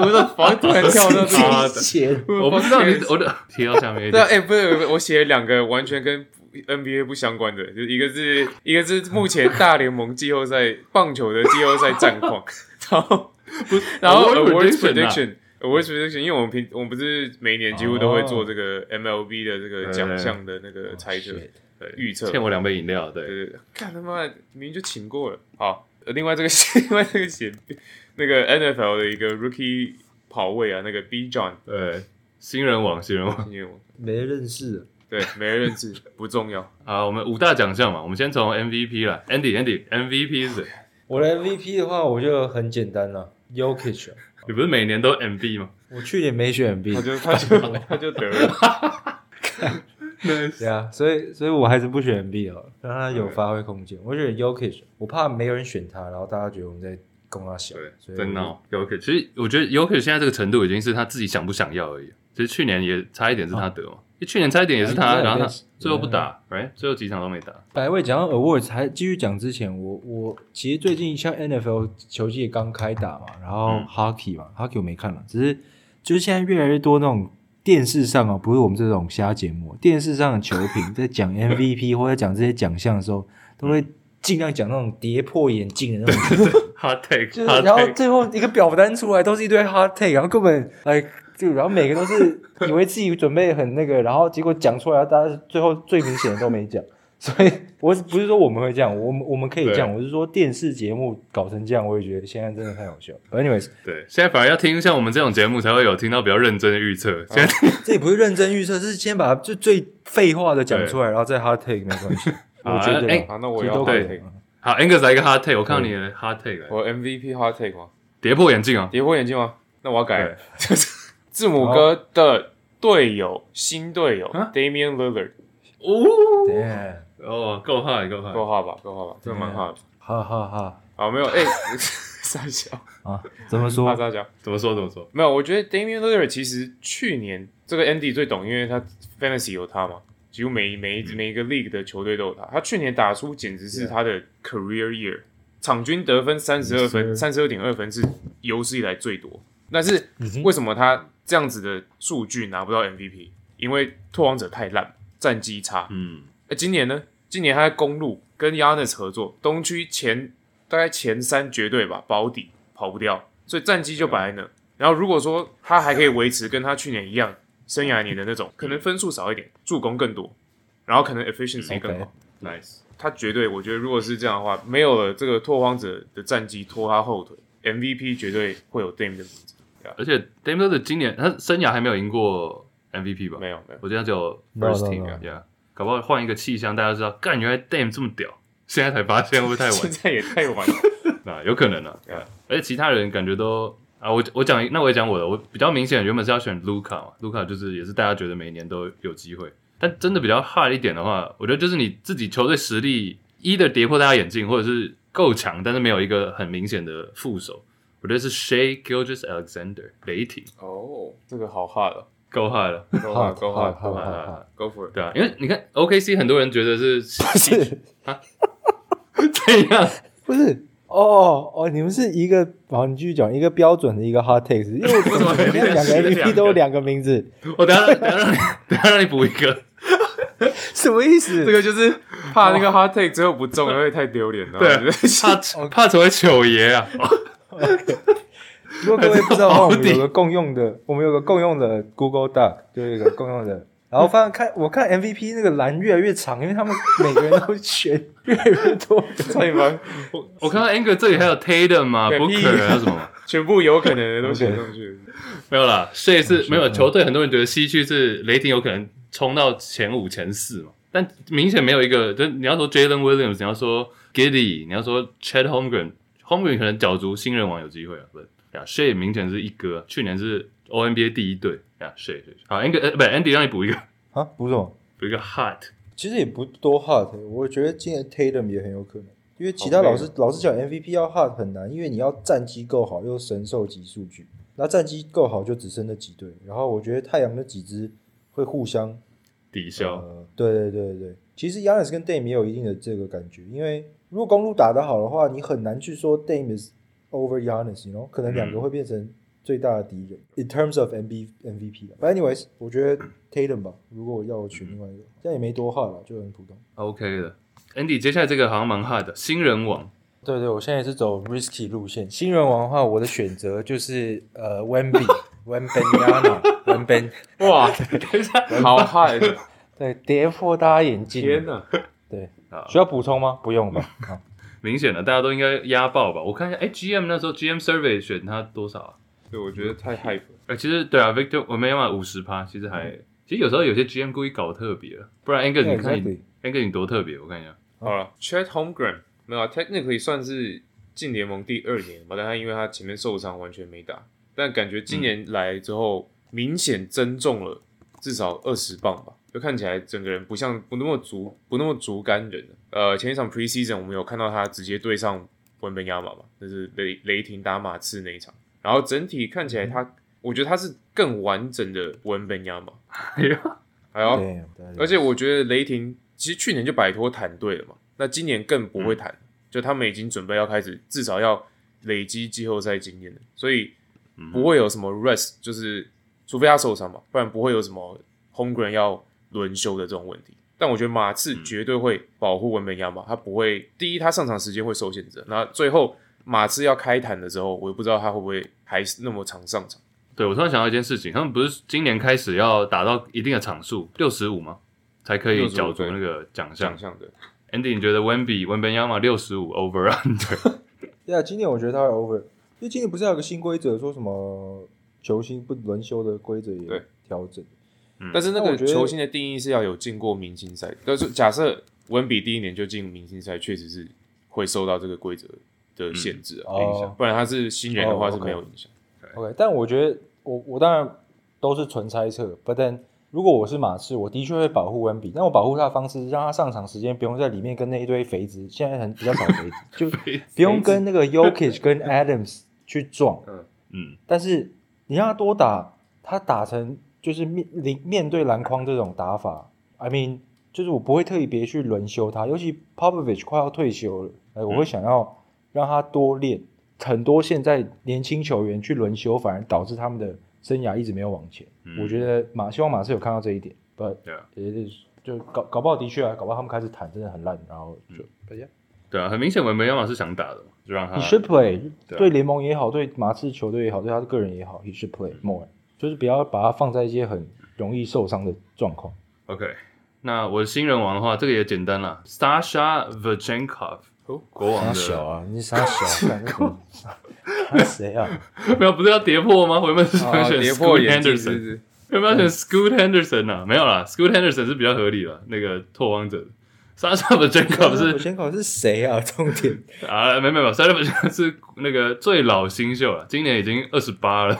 Speaker 3: 我的房突然跳到这
Speaker 1: 啊
Speaker 3: 个，
Speaker 1: 的
Speaker 2: 钱
Speaker 1: 我不知道你，我的提到下面一
Speaker 3: 对啊，
Speaker 1: 点。
Speaker 3: 哎、不是，不是我写了两个完全跟 NBA 不相关的，就一个是一个是目前大联盟季后赛棒球的季后赛战况， 然后 然后
Speaker 1: Award
Speaker 3: awards
Speaker 1: prediction 啊
Speaker 3: prediction。awards prediction，因为我们平我们不是每年几乎都会做这个 MLB 的这个奖项的那个猜测，呃
Speaker 1: 对
Speaker 3: 预测
Speaker 1: 欠我两杯饮料，对，
Speaker 3: 对对，对，看他妈的明明就请过了。好，呃另外这个是另外这个写那个 NFL 的一个 rookie 跑位啊，那个 B John，
Speaker 1: 对，新人王，新人王。
Speaker 3: 因为我
Speaker 2: 没认识，
Speaker 3: 对没人认识，不重要。
Speaker 1: 好，我们五大奖项嘛，我们先从 MVP 来，Andy，Andy，MVP 是谁？
Speaker 2: 我的 MVP 的话我就很简单了，Yokich，
Speaker 1: 你不是每年都 MB 吗？
Speaker 2: 我去年没选 B，
Speaker 3: 他就他就他就得了。
Speaker 2: 对啊，所以所以我还是不选 B 哦，让他有发挥空间。我选 Yokich，我怕没有人选他，然后大家觉得我们在供他小，
Speaker 1: 对，
Speaker 2: 所以
Speaker 1: 真闹 y o k 其实我觉得 y o k 现在这个程度已经是他自己想不想要而已。其实去年也差一点是他得嘛，因为去年差一点也是他，
Speaker 2: 哎对
Speaker 1: 然后他
Speaker 2: 对
Speaker 1: 最后不打，right？最后几场都没打。
Speaker 2: 百位讲到 awards，还继续讲之前，我我其实最近像 NFL 球季也刚开打嘛，然后
Speaker 1: 嗯
Speaker 2: hockey 嘛、h o c k e y 我没看了，只是就是现在越来越多那种电视上哦，不是我们这种瞎节目，电视上的球评 在讲 MVP 或者讲这些奖项的时候，都会尽量讲那种跌破眼镜的那种，
Speaker 1: Hot
Speaker 2: 就
Speaker 1: take，
Speaker 2: 是
Speaker 1: hot
Speaker 2: 然后
Speaker 1: take，
Speaker 2: 最后一个表单出来都是一堆 hard take，然后根本哎。就然后每个 都是以为自己准备很那个，然后结果讲出来，大家最后最明显的都没讲。 所以我是不是说我们会这样，我们我们可以这样，
Speaker 1: 对
Speaker 2: 我是说电视节目搞成这样，我也觉得现在真的太好笑。But anyways，
Speaker 1: 对，现在反而要听像我们这种节目才会有听到比较认真的预测。现在
Speaker 2: 这也不是认真预测，是先把就最废话的讲出来，然后再 hard take 没关系。
Speaker 1: 好
Speaker 2: 我觉得啦
Speaker 1: 哎
Speaker 3: 好，那我
Speaker 2: 其
Speaker 3: 也
Speaker 2: 实
Speaker 3: 要
Speaker 2: 都
Speaker 3: hot
Speaker 2: 可
Speaker 3: take
Speaker 2: 以。
Speaker 1: 好，Angus 来一个 hot take，我看到你的 hot take，来
Speaker 3: 我 MVP hot take 吗？
Speaker 1: 跌破眼镜啊！
Speaker 3: 跌破眼镜吗？那我要改
Speaker 1: 对
Speaker 3: 了， 就是字母哥的队友，新队友 Damian Lillard，
Speaker 1: 哦
Speaker 2: 对，
Speaker 1: 哦，够 hot，够 hot。
Speaker 3: 够好吧，够好吧，这个蛮好的。
Speaker 2: 哈哈哈
Speaker 3: 好，没有，哎， 傻笑，
Speaker 2: 啊！怎么
Speaker 3: 他
Speaker 2: 说？
Speaker 3: 傻笑。
Speaker 1: 怎么说？怎么说？
Speaker 3: 没有，我觉得 Damian Lillard 其实去年这个 Andy 最懂，因为他 Fantasy 有他嘛，几乎每每一每一个 League 的球队都有他。他去年打出简直是他的 career year，场均得分三十二分，三十二点二分是有史以来最多。但是为什么他这样子的数据拿不到 MVP？因为拓荒者太烂，战绩差。
Speaker 1: 嗯，
Speaker 3: 哎，今年呢？今年他在公路跟 Yanis 合作，东区前大概前三绝对吧，保底跑不掉，所以战绩就摆在那。然后如果说他还可以维持跟他去年一样生涯年的那种，可能分数少一点，助攻更多，然后可能 efficiency 更好。
Speaker 1: ，nice。
Speaker 3: 他绝对，我觉得如果是这样的话，没有了这个拓荒者的战绩拖他后腿，MVP 绝对会有 Dame 的名字。
Speaker 1: 而且 Dame d o 的今年他生涯还没有赢过 MVP 吧？
Speaker 3: 没有没有，
Speaker 1: 我觉得他只有
Speaker 2: No, no,
Speaker 1: First Team
Speaker 2: no.
Speaker 1: 啊，Yeah，搞不好换一个气象，大家知道，干，原来 Dame 这么屌，现在才发现会不会太晚
Speaker 3: 现？在也太晚了。
Speaker 1: 啊，有可能啊
Speaker 3: Yeah.。
Speaker 1: 而且其他人感觉都啊，我我讲，那我也讲我的，我比较明显原本是要选 Luca 嘛，Luca 就是也是大家觉得每年都有机会，但真的比较 hard 一点的话，我觉得就是你自己球队实力一的跌破大家眼镜，或者是够强，但是没有一个很明显的副手，我觉得是 Shea Gilgis Alexander 雷霆
Speaker 3: 哦，这个好 hard 了
Speaker 1: 够 hard 了，
Speaker 3: ，go
Speaker 2: Hard,
Speaker 3: hard，go
Speaker 2: hard, hard,
Speaker 3: hard，go hard，
Speaker 1: hard, hard.
Speaker 3: go for it。
Speaker 1: 对啊，因为你看 OKC 很多人觉得是
Speaker 2: 不 是
Speaker 1: 这样，
Speaker 2: 不是哦哦，你们是一个好，你继续讲一个标准的一个 hot takes，因为我
Speaker 3: 为什么
Speaker 2: 怎么样两个
Speaker 3: 两个
Speaker 2: MVP 都有两个名字，
Speaker 1: 我等一下 等一下让你等一下让你补一个，
Speaker 2: 什么意思？
Speaker 3: 这个就是怕那个 hard take 最后不中，因为太丢脸了。
Speaker 1: 对啊
Speaker 3: 我觉得是
Speaker 1: 怕怕成为糗爷啊。
Speaker 2: 如果各位不知道的话，我们有
Speaker 1: 奥
Speaker 2: 个共用的，我们有个共用的 Google Doc，就有一个共用的。然后发现看，我看 MVP 那个栏越来越长，因为他们每个人都选越来越多。
Speaker 3: 差点把
Speaker 1: 我我看到 Anger 这里还有 Tatum 啊
Speaker 3: 对
Speaker 1: ，Booker 啊还有什么？
Speaker 3: 全部有可能的都写上去。
Speaker 1: 没有啦，所以是没有球队，很多人觉得西区是雷霆有可能冲到前五、前四嘛，但明显没有一个，就是你要说 Jalen Williams，你要说 Giddy，你要说 Chad Holmgren，Holmgren 可能角逐新人王有机会啊，不是呀，Shay 明显是一哥，啊去年是 O N B A 第一队呀，Shay，好，Anger 呃不，Andy 让你补一个，
Speaker 2: 啊，不是吗？
Speaker 1: 补一个 Hot，
Speaker 2: 其实也不多 hot，我觉得今年 Tatum 也很有可能，因为其他老师老师讲 MVP 要 hot 很难，因为你要战绩够好又神兽级数据，那战绩够好就只剩那几队，然后我觉得太阳那几支会互相
Speaker 1: 抵消，
Speaker 2: 呃，对对对对，其实 Yanis 跟 Dame 也有一定的这个感觉，因为如果公路打得好的话，你很难去说 Dame is over Yanis，you know，可能两个
Speaker 1: 嗯
Speaker 2: 会变成最大的敌人、in terms of MB MVP 啦。But anyways，我觉得 Tatum 吧，如果我要我选另外一个，这样也没多 hard 了，就很普通。
Speaker 1: ，OK 的，Andy 接下来这个好像蛮 Hot 的，新人王
Speaker 2: 对对，我现在是走 risky 路线。新人王的话，我的选择就是呃 Wemby、Wembenyana、Wemben，
Speaker 3: 哇，
Speaker 1: 等一下
Speaker 3: 好 hard！
Speaker 2: 对，跌破大家眼镜
Speaker 3: 天哪，
Speaker 2: 对，
Speaker 1: 好
Speaker 2: 需要补充吗？不用吧。 好
Speaker 1: 啊明显的，大家都应该压爆吧？我看一下，哎，GM 那时候 GM Survey 选他多少啊？
Speaker 3: 对，我觉得太 hype 了。
Speaker 1: 呃，其实对啊，Victor 我没办法五十趴，其实还、
Speaker 2: 嗯
Speaker 1: 其实有时候有些 GM 故意搞特别了，不然 Angus 你看你
Speaker 2: Exactly
Speaker 1: Angus 你多特别，我看一下，
Speaker 3: 好了，Chet Holmgren 没有、啊、，technically 算是进联盟第二年吧，但他因为他前面受伤完全没打，但感觉今年来之后、明显增重了至少二十磅吧，就看起来整个人不像不那么足不那么竹竿人了。呃，前一场 preseason 我们有看到他直接对上文本亚马嘛，就是雷雷霆打马刺那一场，然后整体看起来他，我觉得他是更完整的文本亚马，
Speaker 1: 哎呀，
Speaker 3: 还要
Speaker 2: 对，
Speaker 3: 而且我觉得雷霆其实去年就摆脱谈队了嘛，那今年更不会谈，就他们已经准备要开始，至少要累积季后赛经验了，所以不会有什么 rest，就是除非他受伤嘛，不然不会有什么 home g r a n 要轮休的这种问题。但我觉得马刺绝对会保护文本亚马，他不会第一他上场时间会受限制，那最后马刺要开坛的时候，我也不知道他会不会还是那么常上场。
Speaker 1: 对我突然想到一件事情，他们不是今年开始要达到一定的场数六十五吗？才可以
Speaker 3: 65
Speaker 1: 角逐那个奖项
Speaker 3: 想。象的
Speaker 1: Andy，你觉得 Wemby、文本 y a m a 六十五 over under？
Speaker 2: 对啊，今年我觉得他会 over，因为今年不是还有个新规则，说什么球星不轮休的规则也
Speaker 3: 对
Speaker 2: 调整。
Speaker 1: 嗯
Speaker 3: 但是那
Speaker 2: 但
Speaker 3: 个
Speaker 2: 我觉得
Speaker 3: 球星的定义是要有进过明星赛，但是假设文比第一年就进明星赛，确实是会受到这个规则的限制啊、
Speaker 2: 嗯
Speaker 3: 影响，不然他是新人的话
Speaker 2: 哦
Speaker 3: 是没有
Speaker 2: OK
Speaker 3: 影响。
Speaker 2: OK，但我觉得我我当然都是纯猜测，but then 如果我是马刺，我的确会保护温比，但我保护他的方式是让他上场时间不用在里面跟那一堆肥子，现在很比较少 肥子，就不用跟那个 Yokich 跟 Adams 去撞，
Speaker 1: 嗯，
Speaker 2: 但是你让他多打，他打成就是面面面对篮筐这种打法，I mean，就是我不会特别去轮休他，尤其 Popovich 快要退休了，哎，我会想要让他多练。很多现在年轻球员去轮休，反而导致他们的生涯一直没有往前。
Speaker 1: 嗯
Speaker 2: 我觉得马希望马刺有看到这一点，but
Speaker 1: 对啊。
Speaker 2: it is 就搞搞不好的确啊，搞不好他们开始谈真的很烂，然后就、
Speaker 1: 对啊，很明显文本 y a m a 是想打的嘛，就让他
Speaker 2: He should play，、
Speaker 1: 对啊
Speaker 2: 对联盟也好，对马刺球队也好，对他个人也好，He should play more，就是不要把他放在一些很容易受伤的状况。
Speaker 1: OK，那我的新人王的话，这个也简单啦 s a s h a v e r c h e n k o v 国王
Speaker 2: 傻
Speaker 1: 的
Speaker 2: 小啊，你傻小，干什么？他 谁啊？
Speaker 1: 没有，不是要跌破吗？我原本是想
Speaker 3: 啊
Speaker 1: 选
Speaker 3: 跌破
Speaker 1: Scoot
Speaker 3: 眼镜
Speaker 1: Henderson，
Speaker 3: 是是
Speaker 1: 有没有选 Scoot Henderson 啊？没有啦，Scoot Henderson 是比较合理了，那个拓荒者。莎莎本真考
Speaker 2: 我
Speaker 1: 是
Speaker 2: 先搞是谁啊？重点
Speaker 1: 啊，没没没，莎莎本真是那个最老新秀了，今年已经二十八了，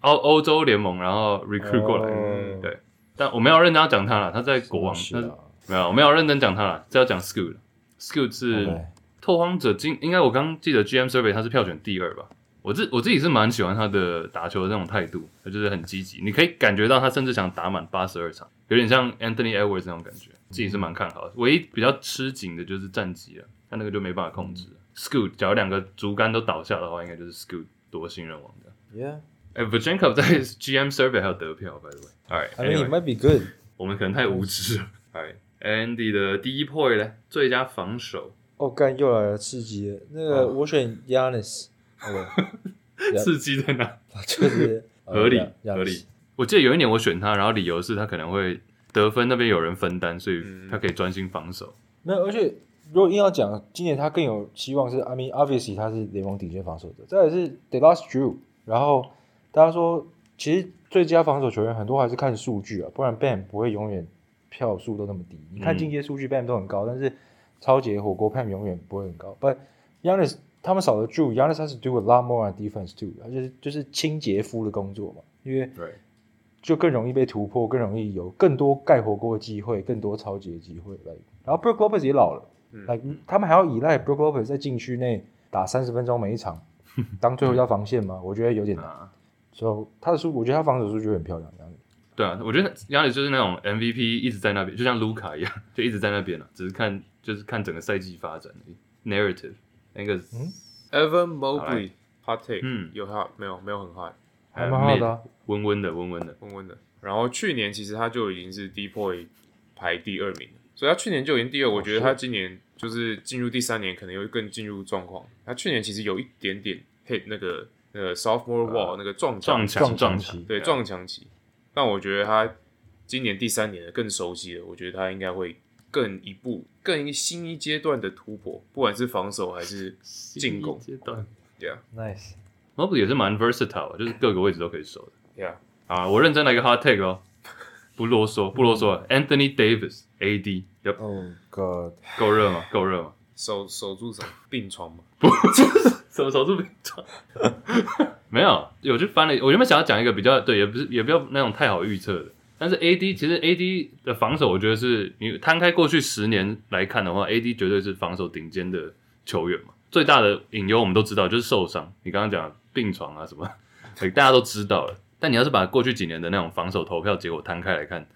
Speaker 1: 欧欧洲联盟然后 recruit 过来的，
Speaker 2: 哦
Speaker 1: 对。但我没有认真要讲他了，他在国王，
Speaker 2: 是
Speaker 1: 他
Speaker 2: 啊
Speaker 1: 没有，我没有认真讲他了，是要讲 Scoot。Scoot 是
Speaker 3: 哦
Speaker 2: OK
Speaker 1: 拓荒者今应该我刚记得 GM Survey 他是票选第二吧。我自我自己是蛮喜欢他的打球的那种态度，他就是很积极，你可以感觉到他甚至想打满八十二场，有点像 Anthony Edwards 那种感觉，自己是蛮看好的。唯一比较吃紧的就是战绩了，他那个就没办法控制了。Scoot 假如两个竹竿都倒下的话，应该就是 Scoot 夺新人王的。
Speaker 2: ，Yeah，
Speaker 1: 哎 v i c h e n k o 在 GM Survey 还有得票，by the way。
Speaker 2: I
Speaker 1: All right，anyway
Speaker 2: mean it might be good。
Speaker 1: 我们可能太无知了。哎，Andy 的第一 point 呢，最佳防守，
Speaker 2: 哦，干又来了，刺激了！那个
Speaker 1: 哦
Speaker 2: 我选 Yanis，OK，Yep
Speaker 1: 刺激在哪？
Speaker 2: 就是呃
Speaker 1: 合理
Speaker 2: Giannis
Speaker 1: 合理。我记得有一年我选他，然后理由是他可能会得分那边有人分担，所以他可以专心防守。
Speaker 2: 没有，而且如果硬要讲，今年他更有希望是，I mean obviously 他是联盟顶尖防守者，再来是 The Last Drew，然后大家说其实最佳防守球员很多还是看数据啊，不然 Bam 不会永远票数都那么低。你
Speaker 1: 嗯
Speaker 2: 看进阶数据 Bam 都很高，但是超级火锅 Bam 永远不会很高。But Yanis 他们少了 Drew，Yanis has to do a lot more on defense too，他就是就是清洁夫的工作嘛，因为
Speaker 1: 对，
Speaker 2: 就更容易被突破，更容易有更多盖火锅的机会，更多超级的机会。来，然后 Brook Lopez 也老了，
Speaker 3: 嗯
Speaker 2: 来、他们还要依赖 Brook Lopez 在禁区内打三十分钟每一场，当最后一道防线吗？我觉得有点难。
Speaker 1: 啊，
Speaker 2: 所以他的数，我觉得他防守数据很漂亮，这样子。
Speaker 1: 对啊，我觉得亚里就是那种 MVP 一直在那边，就像卢卡一样，就一直在那边了、啊只是看就是看整个赛季发展而已。Narrative 那个
Speaker 2: 嗯
Speaker 3: Evan
Speaker 1: 好来
Speaker 3: Mobley hot take，
Speaker 1: 嗯
Speaker 3: 有 hot 没有没有很 hot，
Speaker 2: 还蛮好的啊
Speaker 1: 呃 mid，温温的温温的，
Speaker 3: 温温的。然后去年其实他就已经是 D Boy 排第二名了，所以他去年就已经第二。我觉得他今年就是进入第三年，可能又更进入状况。他去年其实有一点点 hit 那个那个 sophomore wall、那个撞
Speaker 1: 撞
Speaker 3: 墙
Speaker 1: 墙
Speaker 2: 撞
Speaker 1: 撞
Speaker 2: 墙
Speaker 1: 墙，
Speaker 3: 对
Speaker 1: 啊
Speaker 3: 撞墙期。但我觉得他今年第三年了更熟悉了，我觉得他应该会更一步、更一新一阶段的突破，不管是防守还是进攻
Speaker 1: 第一阶段。
Speaker 3: y e a h
Speaker 2: Nice，
Speaker 1: m o b l e 也是蛮 versatile，的就是各个位置都可以守的。
Speaker 3: y e a h
Speaker 1: 啊，我认真来个 hot take 哦，不啰嗦，不啰嗦了。Anthony Davis AD，要
Speaker 2: 哦、oh,，God，
Speaker 1: 够热吗？够热吗？
Speaker 3: 守守住什么病床嘛？
Speaker 1: 什么手术病床？没有，我就翻了。我原本想要讲一个比较对，也不是也不要那种太好预测的。但是 AD 其实 AD 的防守，我觉得是你摊开过去十年来看的话，AD 绝对是防守顶尖的球员嘛。最大的隐忧我们都知道就是受伤，你刚刚讲病床啊什么， 大家都知道了。但你要是把过去几年的那种防守投票结果摊开来看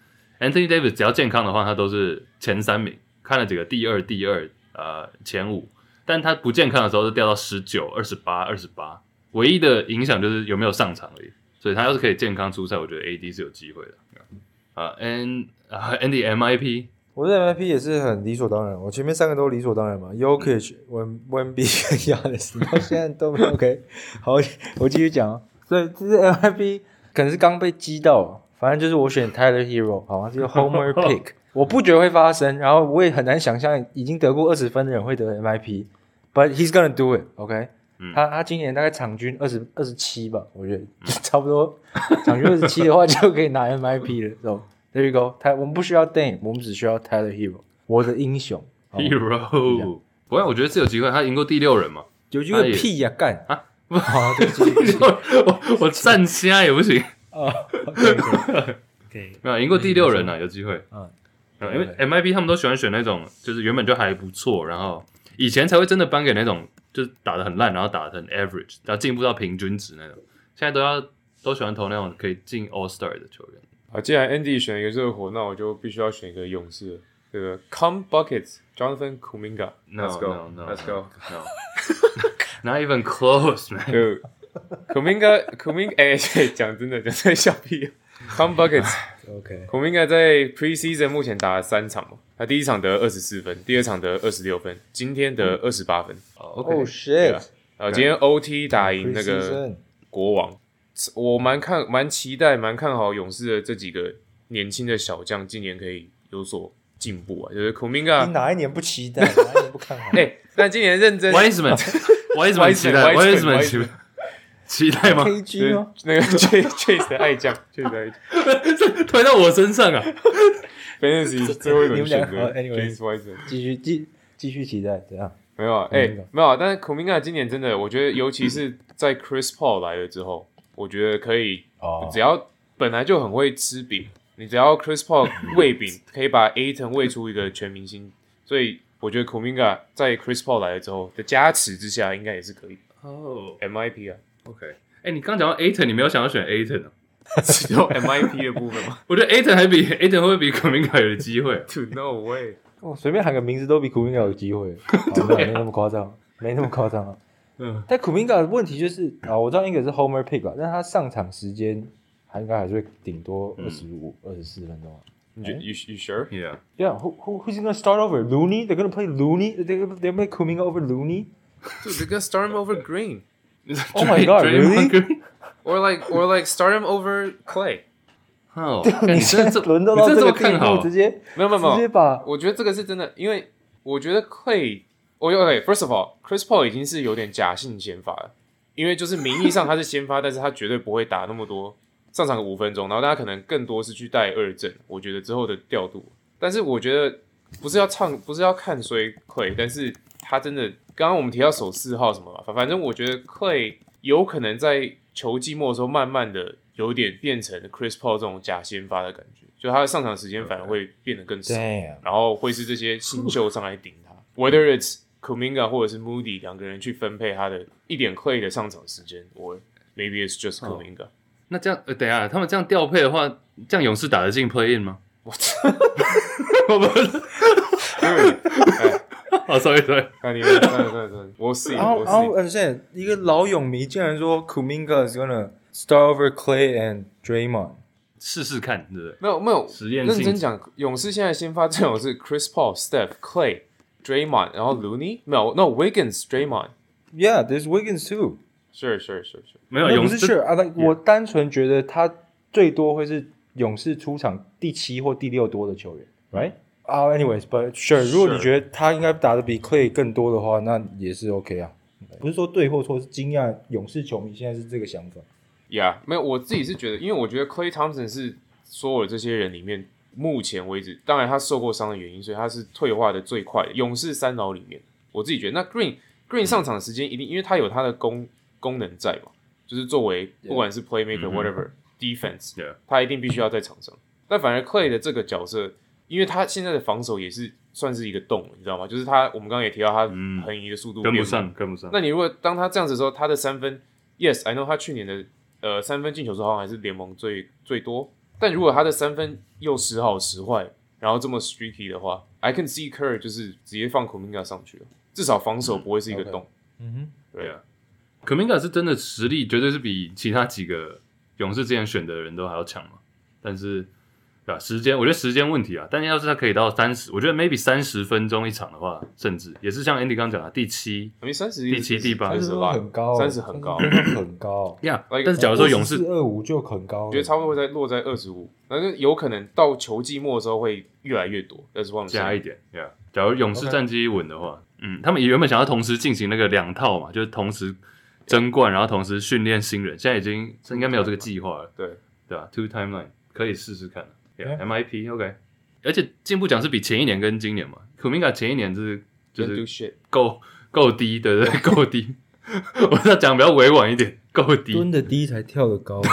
Speaker 1: ，Anthony Davis 只要健康的话，他都是前三名，看了几个第二、第二、呃前五，但他不健康的时候是掉到十九、二十八、二十八，唯一的影响就是有没有上场而已。所以他要是可以健康出赛，我觉得 AD 是有机会的。啊，N 啊，Andy MIP
Speaker 2: 我的 MVP 也是很理所当然，我前面三个都理所当然嘛，Yokich、Wen Wenby 跟 Yanis，到 现在都没有 OK。好， 我继续讲啊，所以这是 MVP，可能是刚被击到啊，反正就是我选 Tyler Hero，好吗？这个 Homer Pick，我不觉得会发生，然后我也很难想象已经得过二十分的人会得 MVP，but he's gonna do it，OK、
Speaker 1: 嗯
Speaker 2: 他他今年大概场均二十二十七吧，我觉得差不多，场均二十七的话就可以拿 MVP 了。So there you go，他我们不需要 Dame，我们只需要 Tyler Hero，我的英雄。好吗
Speaker 1: Hero，不然我觉得是有机会，他赢过第六人嘛。
Speaker 2: 有句话
Speaker 1: 他也
Speaker 2: 屁呀、干
Speaker 1: 啊！
Speaker 2: 不好，对不起，对不起
Speaker 1: 我我站瞎也不行，
Speaker 2: 啊，可以，
Speaker 1: 没有赢过第六人啊，有机会。
Speaker 2: 嗯，
Speaker 1: 嗯因为 MIB 他们都喜欢选那种，就是原本就还不错，然后以前才会真的颁给那种，就是打的很烂，然后打的很 average，然后进步到平均值那种。现在都要都喜欢投那种可以进 All Star 的球员。
Speaker 3: 好，啊既然 Andy 选一个热火，那我就必须要选一个勇士了。这个 Come Buckets
Speaker 1: No
Speaker 3: Jonathan Kuminga，Let's
Speaker 1: no no
Speaker 3: go，Let's go。
Speaker 1: no, no. Not even close, man.
Speaker 3: 就 Kuminga Kuminga，哎， 对讲真的，讲真的笑屁啊。Come Buckets
Speaker 2: OK，
Speaker 3: Kuminga 在 Preseason 目前打了三场嘛，他第一场得二十四分，第二场得二十六分，今天得二十八分。
Speaker 1: 哦
Speaker 2: 哦、oh,
Speaker 1: OK，
Speaker 3: 对啊
Speaker 2: shit，
Speaker 1: 嗯
Speaker 3: 呃，今天 OT 打赢哎那
Speaker 2: 嗯 Preseason
Speaker 3: 个国王，我蛮看蛮期待蛮看好勇士的这几个年轻的小将今年可以有所进步啊，就是 k o m i n g
Speaker 4: 你
Speaker 3: a
Speaker 4: 哪一年不期待，哪一年不看好？
Speaker 3: 哎、但今年认真
Speaker 1: Wiseman，Wiseman Oh, 期待
Speaker 3: Wiseman，
Speaker 1: ，Wiseman 期待期待 吗？
Speaker 3: 就是
Speaker 4: KG 吗？
Speaker 3: 那个 J J 的爱将，J 的爱 将
Speaker 1: 推到我身上啊！
Speaker 3: ，Fantasy 最后一轮选
Speaker 4: 你们
Speaker 3: 择
Speaker 4: 两个
Speaker 3: James Wiseman。
Speaker 2: 继续继继续期待，怎样？
Speaker 3: 没有啊，哎、
Speaker 2: Kuminga
Speaker 3: 没有啊。但是 Kuminga 今年真的，我觉得尤其是在 Chris Paul 来了之后，我觉得可以，
Speaker 2: 哦
Speaker 3: 只要本来就很会吃饼，你只要 Chris Paul 喂 饼，可以把 Aton 喂出一个全明星。所以我觉得 Kuminga 在 Chris Paul 来了之后的加持之下，应该也是可以
Speaker 1: 哦
Speaker 3: MIP 啊，
Speaker 1: ，OK，哎，你刚讲到 Aton，你没有想要选 Aton 啊？
Speaker 3: 只有 MIP 的部分吗
Speaker 1: 我觉得 Aton 还比 Aton 会不会比 k o m i n g a 有机会啊？
Speaker 3: ？To no way，
Speaker 2: 我随便喊个名字都比苦明嘎有机会，好没有那么夸张，没那么夸张啊。
Speaker 1: 嗯，
Speaker 2: 但苦明嘎的问题就是啊，我知道应该是 Homer Pick 啊，但他上场时间还应该还是会顶多
Speaker 1: 嗯
Speaker 2: 二十五、二十四分钟啊。
Speaker 3: 你觉 you you sure？
Speaker 1: Yeah，
Speaker 2: Yeah, who who who's gonna start over Looney? They're gonna play Looney. They they make Kuminga over Looney.
Speaker 3: Dude, they're gonna start him over Green
Speaker 2: Oh my God, really？
Speaker 3: or like or like start him over Clay。
Speaker 1: 哦，
Speaker 2: 你
Speaker 1: 你
Speaker 2: 现
Speaker 1: 真这
Speaker 2: 在轮到
Speaker 1: 你
Speaker 2: 到
Speaker 1: 真
Speaker 2: 这
Speaker 1: 这
Speaker 2: 个
Speaker 1: 么
Speaker 2: 地
Speaker 1: 看
Speaker 2: 步，
Speaker 1: 好
Speaker 2: 直？接
Speaker 3: 没有没有没有
Speaker 2: 直接把
Speaker 3: 我觉得这个是真的，因为我觉得 Clay，我 OK，first、of all，Chris Paul 已经是有点假性先发了，因为就是名义上他是先发，但是他绝对不会打那么多上场五分钟，然后大家可能更多是去带二阵，我觉得之后的调度，但是我觉得不是要唱，不是要看衰 Clay，但是他真的，刚刚我们提到守四号什么嘛，反反正我觉得 Clay 有可能在球季末的时候，慢慢的有点变成 Chris Paul 这种假先发的感觉，就他的上场时间反而会变得更少。
Speaker 2: damn
Speaker 3: 然后会是这些新秀上来顶 他，whether it's Kuminga 或者是 Moody 两个人去分配他的一点 Clay 的上场时间，or maybe it's just Kuminga。
Speaker 1: 那这样，呃，等一下，他们这样调配的话，这样勇士打得进 Play In 吗？ 我们，哦，sorry，sorry，
Speaker 3: 那你们，对对对，We'll see，
Speaker 2: 然后
Speaker 3: We'll
Speaker 2: 然后
Speaker 3: see。
Speaker 2: understand 一个老泳迷竟然说 Kuminga is gonna start over Clay and Draymond。
Speaker 1: 试试看，对不对？
Speaker 3: 没有没有，
Speaker 1: 实验性
Speaker 3: 认真讲，勇士现在先发阵容是 Chris Paul、Steph、Clay、Draymond，然后 Looney，没有，no Wiggins、Draymond。
Speaker 2: Yeah, there's Wiggins too.
Speaker 3: Sure, sure, sure, sure.
Speaker 1: 没有
Speaker 2: 那
Speaker 1: 勇
Speaker 2: 不是
Speaker 1: 士
Speaker 2: sure 啊，like, 我单纯觉得他最多会是勇士出场第七或第六多的球员，right？啊、a n y w a y s b u t sure，如果你觉得他应该打的比 Clay 更多的话，那也是 OK 啊。不是说对或错，是惊讶勇士球迷现在是这个想法。
Speaker 3: Yeah，没有，我自己是觉得，因为我觉得 Clay Thompson 是所有这些人里面，目前为止，当然他受过伤的原因，所以他是退化的最快的，勇士三老里面，我自己觉得。那 Green Green 上场时间一定，因为他有他的功功能在嘛，就是作为不管是 playmaker
Speaker 1: 嗯哼
Speaker 3: whatever、defense，
Speaker 1: Yeah
Speaker 3: 他一定必须要在场上。但反而 Clay 的这个角色，因为他现在的防守也是算是一个洞，你知道吗？就是他，我们刚刚也提到他
Speaker 1: 嗯
Speaker 3: 横移的速度
Speaker 1: 跟不
Speaker 3: 变慢
Speaker 1: 上，跟不上。
Speaker 3: 那你如果当他这样子的时候，他的三分，yes，I know 他去年的呃三分进球数好像还是联盟最最多，但如果他的三分又时好时坏，然后这么 streaky 的话，I can see Curry 就是直接放 Kuminga 上去了，至少防守不会是一个
Speaker 2: 嗯，OK
Speaker 3: 洞。
Speaker 2: 嗯
Speaker 1: 对啊 k a m i n g a 是真的实力绝对是比其他几个勇士之前选的人都还要强嘛。但是，对吧、时间，我觉得时间问题啊。但要是他可以到三十，我觉得 maybe 三十分钟一场的话，甚至也是像 Andy 刚讲的第七
Speaker 3: 因为三十
Speaker 1: 第七第八
Speaker 2: 哼，
Speaker 3: 三
Speaker 2: 三
Speaker 3: 十
Speaker 2: 十
Speaker 3: 吧
Speaker 2: 很，高，啊
Speaker 3: 30很高啊
Speaker 2: 30很高。
Speaker 1: 呀。
Speaker 3: Like- 哦
Speaker 1: 但 是假如说勇士
Speaker 2: 四二五就很高了，
Speaker 3: 我觉得差不多会在落在二十五，但是有可能到球季末的时候会越来越多。但是忘记
Speaker 1: 加一点，yeah。假如勇士战绩稳的话，嗯，他们原本想要同时进行那个两套嘛，就是同时争冠，然后同时训练新人，现在已经应该没有这个计划了。
Speaker 3: 对，
Speaker 1: 对吧、t w o timeline 可以试试看。Yeah,
Speaker 2: Yeah.
Speaker 1: MIP OK，而且进步奖是比前一年跟今年嘛，Kuminga 前一年是就
Speaker 3: Don't
Speaker 1: 是
Speaker 3: do shit。
Speaker 1: 够够低，对不对？ 够低，我要讲比较委婉一点，够低
Speaker 2: 蹲。的低才跳得高。啊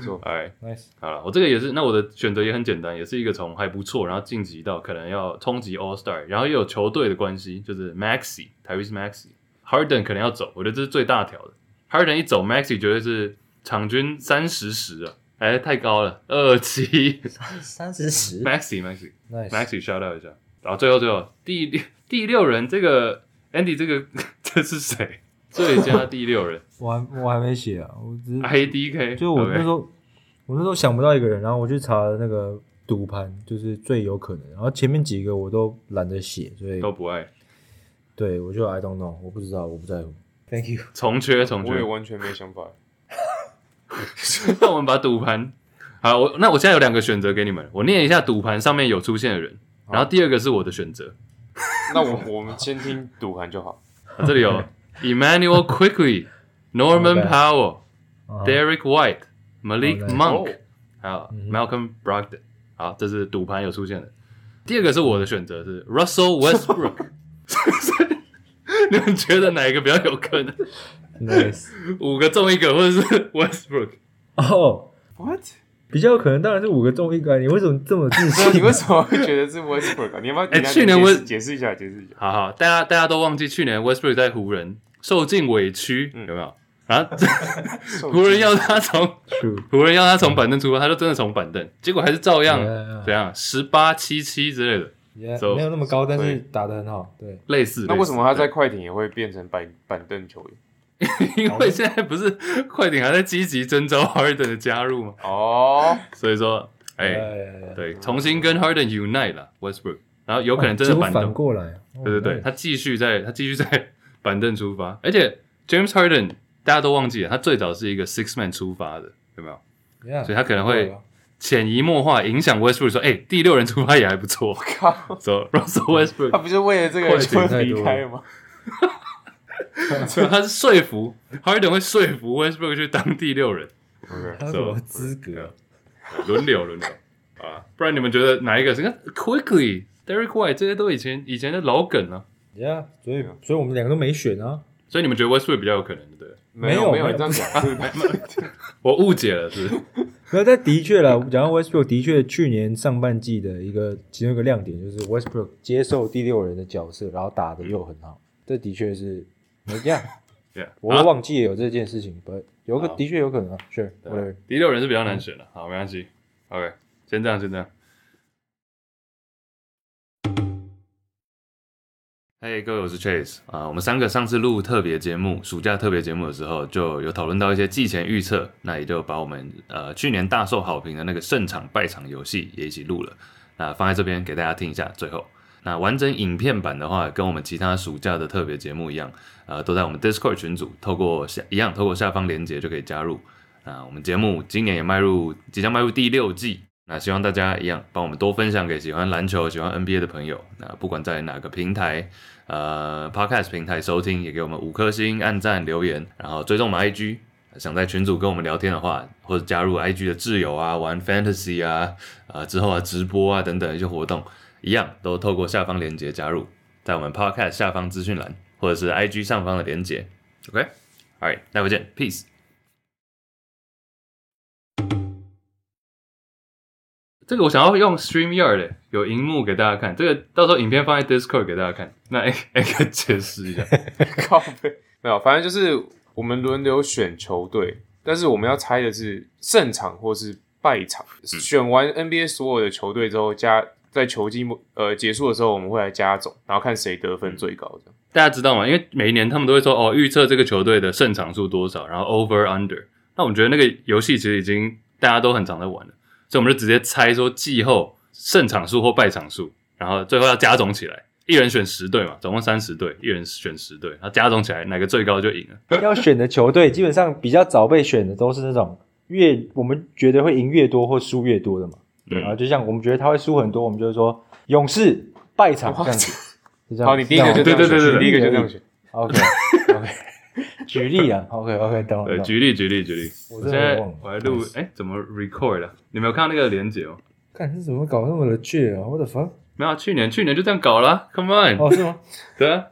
Speaker 3: 错，
Speaker 1: 哎，
Speaker 2: nice，
Speaker 1: 好了，我这个也是，那我的选择也很简单，也是一个从还不错，然后晋级到可能要冲击 All Star，然后又有球队的关系，就是 Maxi，台湾是 Maxi，Harden 可能要走，我觉得这是最大条的。Harden 一走，Maxi 绝对是场均三十十啊，哎，太高了，二七
Speaker 4: 三十十
Speaker 1: Maxi Maxi。
Speaker 2: nice，
Speaker 1: Maxi shout out 一下。然后最后最后第六第六人，这个 Andy 这个这是谁？最佳第六 人
Speaker 2: 我还我还没写啊，我只是
Speaker 1: IDK，
Speaker 2: 就我那
Speaker 1: OK
Speaker 2: 时候我那时候想不到一个人，然后我去查了那个赌盘，就是最有可能。然后前面几个我都懒得写，所以
Speaker 1: 都不爱，
Speaker 2: 对我就 I don't know，我不知道，我不在乎。Thank you。
Speaker 1: 重缺重
Speaker 3: 我也
Speaker 1: 缺。
Speaker 3: 完全没想法。
Speaker 1: 那我们把赌盘，好，我那我现在有两个选择给你们，我念一下赌盘上面有出现的人，然后第二个是我的选择，
Speaker 3: 那我我们先听赌盘就好。
Speaker 1: 啊这里 有 Emmanuel Quickly、Norman
Speaker 2: Okay
Speaker 1: Powell、
Speaker 2: 啊
Speaker 1: Derek White、Malik
Speaker 2: OK
Speaker 1: Monk，
Speaker 3: 哦
Speaker 1: 还有
Speaker 2: 嗯哼
Speaker 1: Malcolm Brogdon。好，这是赌盘有出现的。第二个是我的选择是 Russell Westbrook，你们觉得哪一个比较有可能？
Speaker 2: nice
Speaker 1: 五个中一个，或者 是 Westbrook？
Speaker 2: 哦，
Speaker 3: What？
Speaker 2: 比较有可能当然是五个中一个啊，你为什么这 么自
Speaker 3: 那你
Speaker 2: 信？
Speaker 3: 为什么会觉得是 Westbrook？、啊、你要不要？
Speaker 1: 哎
Speaker 3: 你要
Speaker 1: 去年
Speaker 3: 解释
Speaker 1: West-
Speaker 3: 解释一下，解释一下。
Speaker 1: 好好，大家大家都忘记去年 Westbrook 在湖人受尽委屈，
Speaker 3: 嗯
Speaker 1: 有没有？然 后湖人要他从
Speaker 2: True
Speaker 1: 湖人要他从板凳出发，他就真的从板凳，结果还是照样
Speaker 2: Yeah, yeah.
Speaker 1: 怎样十八七七之类的，So-
Speaker 5: Yeah，没有那么高，但
Speaker 3: 所以
Speaker 5: 是打得很好。对，
Speaker 1: 类似。
Speaker 3: 那
Speaker 1: 类
Speaker 3: 为
Speaker 1: 似
Speaker 3: 什么他
Speaker 1: 对
Speaker 3: 在快艇也会变成板板凳球员？
Speaker 1: 因为现在不是快艇还在积极征召 Harden 的加入嘛，
Speaker 3: 哦，
Speaker 1: 所以说，哎、
Speaker 2: 哎，
Speaker 1: 对，重新跟 Harden unite 了 Westbrook，然后有可能真的
Speaker 2: 结果
Speaker 1: 板
Speaker 2: 反
Speaker 1: 凳，
Speaker 2: 过来，哦
Speaker 1: 对对对，
Speaker 2: nice
Speaker 1: 他继续在他继续在 板凳出发，而且 James Harden 大家都忘记了，他最早是一个 six man 出发的，有没有？
Speaker 2: Yeah，
Speaker 1: 所以他可能
Speaker 2: 对
Speaker 1: 会
Speaker 2: 啊
Speaker 1: 潜移默化影响 Westbrook 说，哎、第六人出发也还不错，
Speaker 3: 靠！
Speaker 1: so Russell
Speaker 3: 他
Speaker 1: Westbrook，
Speaker 3: 不是为了这个就
Speaker 2: 快艇太
Speaker 3: 离
Speaker 2: 多
Speaker 3: 开了吗？
Speaker 1: 他是说服 Harden 会说服 Westbrook 去当第六人。
Speaker 2: 他有什么资格？
Speaker 1: 轮流轮流啊，不然你们觉得哪一个是？你看 Quickly、Derek White 这些都以前以前的老梗了、
Speaker 2: Yeah，所以所以我们两个都没选啊。
Speaker 1: 所以你们觉得 Westbrook 比较有可能，对不对？
Speaker 3: 没
Speaker 2: 有
Speaker 3: 没
Speaker 2: 没
Speaker 3: 有，
Speaker 2: 有
Speaker 3: 你这样讲啊是
Speaker 1: 我误解了，是不是
Speaker 2: 没有，但的确啦，讲到 Westbrook，的确去年上半季的一个其中一个亮点就是 Westbrook 接受第六人的角色，然后打的又很好，这的确是没 样。
Speaker 1: ？Yeah，
Speaker 2: 我
Speaker 1: 好
Speaker 2: 忘记有这件事
Speaker 3: 啊
Speaker 2: 情，不，有个
Speaker 1: 好
Speaker 2: 的确有可能啊，Sure，
Speaker 1: 对
Speaker 2: whatever
Speaker 1: 第六人是比较难选的，好，没关系，OK，先这样，先这样。嘿、各位，我是 Chase 啊、我们三个上次录特别节目，暑假特别节目的时候，就有讨论到一些季前预测，那也就把我们呃去年大受好评的那个胜场败场游戏也一起录了，那放在这边给大家听一下。最后，那完整影片版的话，跟我们其他暑假的特别节目一样，呃，都在我们 Discord 群组，透过下一样透过下方连接就可以加入。那我们节目今年也迈入即将迈入第六季，那希望大家一样帮我们多分享给喜欢篮球、喜欢 NBA 的朋友。那不管在哪个平台，呃，Podcast 平台收听，也给我们五颗星、按赞、留言，然后追踪我们 IG。想在群组跟我们聊天的话，或者加入 IG 的挚友啊，玩 Fantasy 啊，呃之后啊直播啊等等一些活动，一样都透过下方连接加入，在我们 Podcast 下方资讯栏或者是 IG 上方的连接。OK，All、right，待会见，Peace。这个我想要用 StreamYard 的有荧幕给大家看，这个到时候影片放在 Discord 给大家看。那 A A 哥解释一 下，
Speaker 3: 靠背，没有，反正就是我们轮流选球队，但是我们要猜的是胜场或是败场。
Speaker 1: 嗯
Speaker 3: 选完 NBA 所有的球队之后，加在球季末呃结束的时候，我们会来加总，然后看谁得分最高。这样
Speaker 1: 大家知道吗？因为每一年他们都会说哦，预测这个球队的胜场数多少，然后 over under。那我们觉得那个游戏其实已经大家都很常在玩了，所以我们就直接猜说季后胜场数或败场数，然后最后要加总起来，一人选十队嘛，总共三十队，一人选十队，然后加总起来哪个最高就赢了。
Speaker 2: 要选的球队基本上比较早被选的都是那种越我们觉得会赢越多或输越多的嘛。
Speaker 1: 对
Speaker 2: 然后就像我们觉得他会输很多，我们就会说勇士败场这样子。就这样
Speaker 3: 好，你第一个就这
Speaker 1: 对
Speaker 3: 样
Speaker 1: 对对
Speaker 3: 选，
Speaker 1: 对对
Speaker 3: 你第一个就这样选。
Speaker 2: OK OK，举例啊，OK OK，
Speaker 1: 对，
Speaker 2: 等会等会
Speaker 1: 呃举例举例举例。
Speaker 2: 我
Speaker 1: 我
Speaker 2: 真
Speaker 1: 现
Speaker 2: 的
Speaker 1: 在
Speaker 2: 忘了，
Speaker 1: 我来录，哎、怎么 record 了、你没有看到那个连接哦？
Speaker 2: 看这怎么搞那么的倔啊！What the fuck？
Speaker 1: 没有啊、去年去年就这样搞了啊，Come on，、
Speaker 2: 哦，是吗？
Speaker 1: 对啊。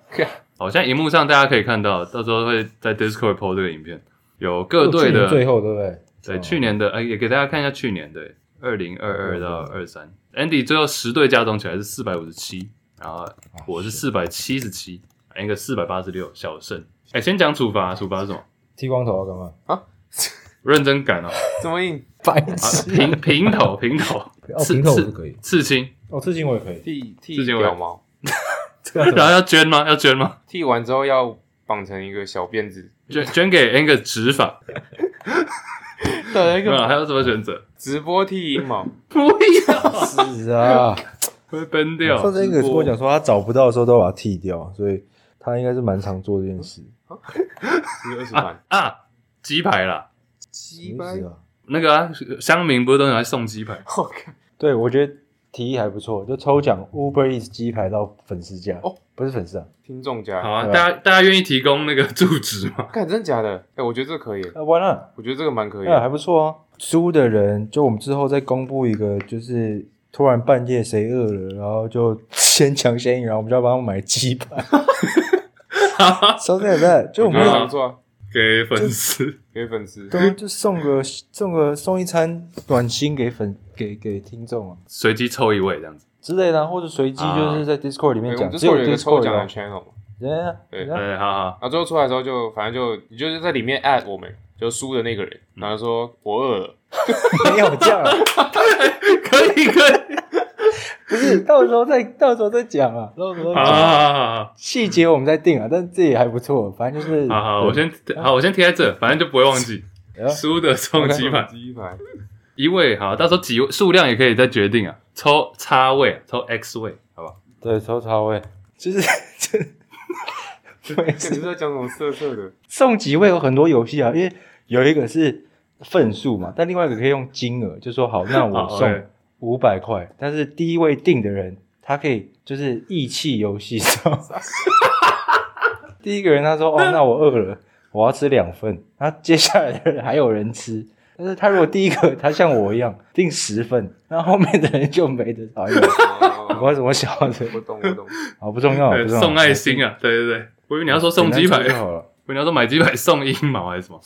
Speaker 1: 好，现在荧幕上大家可以看到，到时候会在 Discord po 这个影片，有各队
Speaker 2: 哦去
Speaker 1: 的
Speaker 2: 年最后对不对？
Speaker 1: 对，
Speaker 2: 哦
Speaker 1: 去年的，哎、也给大家看一下去年对，二零二二到二三，Andy 最后十队加总起来是四百五十七，然后我
Speaker 2: 哦
Speaker 1: 是四百七十七，一个四百八十六，小胜。哎、先讲处罚，处罚是什么？
Speaker 2: 剃光头要啊干嘛？
Speaker 1: 认真感哦，
Speaker 3: 这么硬，
Speaker 2: 白
Speaker 1: 啊
Speaker 2: 痴！
Speaker 1: 平平头，平头，
Speaker 2: 哦，
Speaker 1: 刺
Speaker 2: 平头我
Speaker 1: 刺
Speaker 2: 是可以，
Speaker 1: 刺青，
Speaker 2: 哦，刺青我也可以。
Speaker 3: 剃剃
Speaker 1: 自己玩
Speaker 3: 掉毛，
Speaker 2: 这样子
Speaker 1: 然后要捐吗？要捐吗？
Speaker 3: 剃完之后要绑成一个小辫子，
Speaker 1: 捐捐给 a n g 执法，
Speaker 3: 对，一
Speaker 1: 对吧？
Speaker 3: 个
Speaker 1: 还有什么啊选择？
Speaker 3: 直播剃阴毛，
Speaker 1: 不要，
Speaker 2: 是啊，
Speaker 1: 会崩掉。
Speaker 2: 上次英
Speaker 1: 直
Speaker 2: 哥跟
Speaker 1: 播
Speaker 2: 我讲说他找不到的时候都把它剃掉，所以他应该是蛮常做这件事。
Speaker 3: 一个二十万，
Speaker 1: 啊，鸡排啦，
Speaker 3: 鸡
Speaker 2: 什
Speaker 3: 巴
Speaker 2: 么意，思啊？
Speaker 1: 那个啊，乡民不是都拿来送鸡排？
Speaker 3: 我靠，
Speaker 2: 对，我觉得提议还不错，就抽奖 Uber Eats 鸡排到粉丝家
Speaker 3: 哦，
Speaker 2: 不是粉丝啊，
Speaker 3: 听众家，
Speaker 1: 好啊，
Speaker 2: 对吧
Speaker 1: 大家大家愿意提供那个住址吗？
Speaker 3: 看真的假的？哎、我觉得这可以，
Speaker 2: 呃，Why not？
Speaker 3: 我觉得这个蛮可以
Speaker 2: 哎，
Speaker 3: 的。
Speaker 2: 还不错哦。输的人，就我们之后再公布一个，就是突然半夜谁饿了，然后就先抢先赢，然后我们就要帮他们买鸡排。Something like that，就我
Speaker 3: 我觉得
Speaker 1: 啊
Speaker 2: 们
Speaker 3: 不错啊，
Speaker 1: 给粉丝，
Speaker 3: 给粉丝。
Speaker 2: 都就送个送个送一餐暖心给粉给给听众啊
Speaker 1: 随机抽一位这样子。
Speaker 2: 之类的啊，或者随机就是在 Discord 里
Speaker 3: 哎
Speaker 2: 面
Speaker 3: 我们
Speaker 2: 讲，
Speaker 3: 这
Speaker 2: 只有
Speaker 3: 有一个抽
Speaker 2: Discord
Speaker 3: 奖的
Speaker 2: 有。
Speaker 3: channel 嘛，
Speaker 2: 人啊，
Speaker 3: 对
Speaker 2: 人啊
Speaker 1: 哎对，好好，
Speaker 3: 然后最后出来的时候就反正就你就是在里面 at 我们，就输的那个人，
Speaker 1: 嗯
Speaker 3: 然后说我饿了，
Speaker 2: 没有这样 啊，
Speaker 1: 可以可以，
Speaker 2: 不是，到时候再到时候再讲啊，到时候再
Speaker 1: 好
Speaker 2: 讲
Speaker 1: 好好
Speaker 2: 啊
Speaker 1: 好好。
Speaker 2: 细节我们再定啊，但这也还不错，反正就是
Speaker 1: 好好，
Speaker 2: 对
Speaker 1: 我先好，我先贴在这，反正就不会忘记
Speaker 2: 哎呀。
Speaker 1: 输的送鸡排，
Speaker 3: 鸡排，
Speaker 1: 一位好，到时候几位数量也可以再决定啊，抽叉位，啊抽 X 位，好吧？
Speaker 2: 对，抽查位，就是 这，没
Speaker 3: 看 你
Speaker 2: 事。
Speaker 3: 是在讲什么色 色的？
Speaker 2: 送几位有很多游戏啊，因为有一个是份数嘛，但另外一个可以用金额，就说好，那我
Speaker 1: 好
Speaker 2: 送
Speaker 1: ，OK
Speaker 2: 五百块，但是第一位定的人，他可以就是义气游 戏上，第一个人他说哦，那我饿了，我要吃两份，那接下来的人还有人吃。但是他如果第一个他像我一样定十份，那后面的人就没得讨厌。 我不
Speaker 3: 哦
Speaker 2: 知道怎么想的，
Speaker 3: 我懂，我懂。
Speaker 2: 好不重要，
Speaker 1: 对
Speaker 2: 哦不重要。
Speaker 1: 送爱心啊，对对对，我以为你要说送鸡排，
Speaker 2: 简单抽就好了。
Speaker 1: 我以为你要说买鸡排送阴毛还是什 么？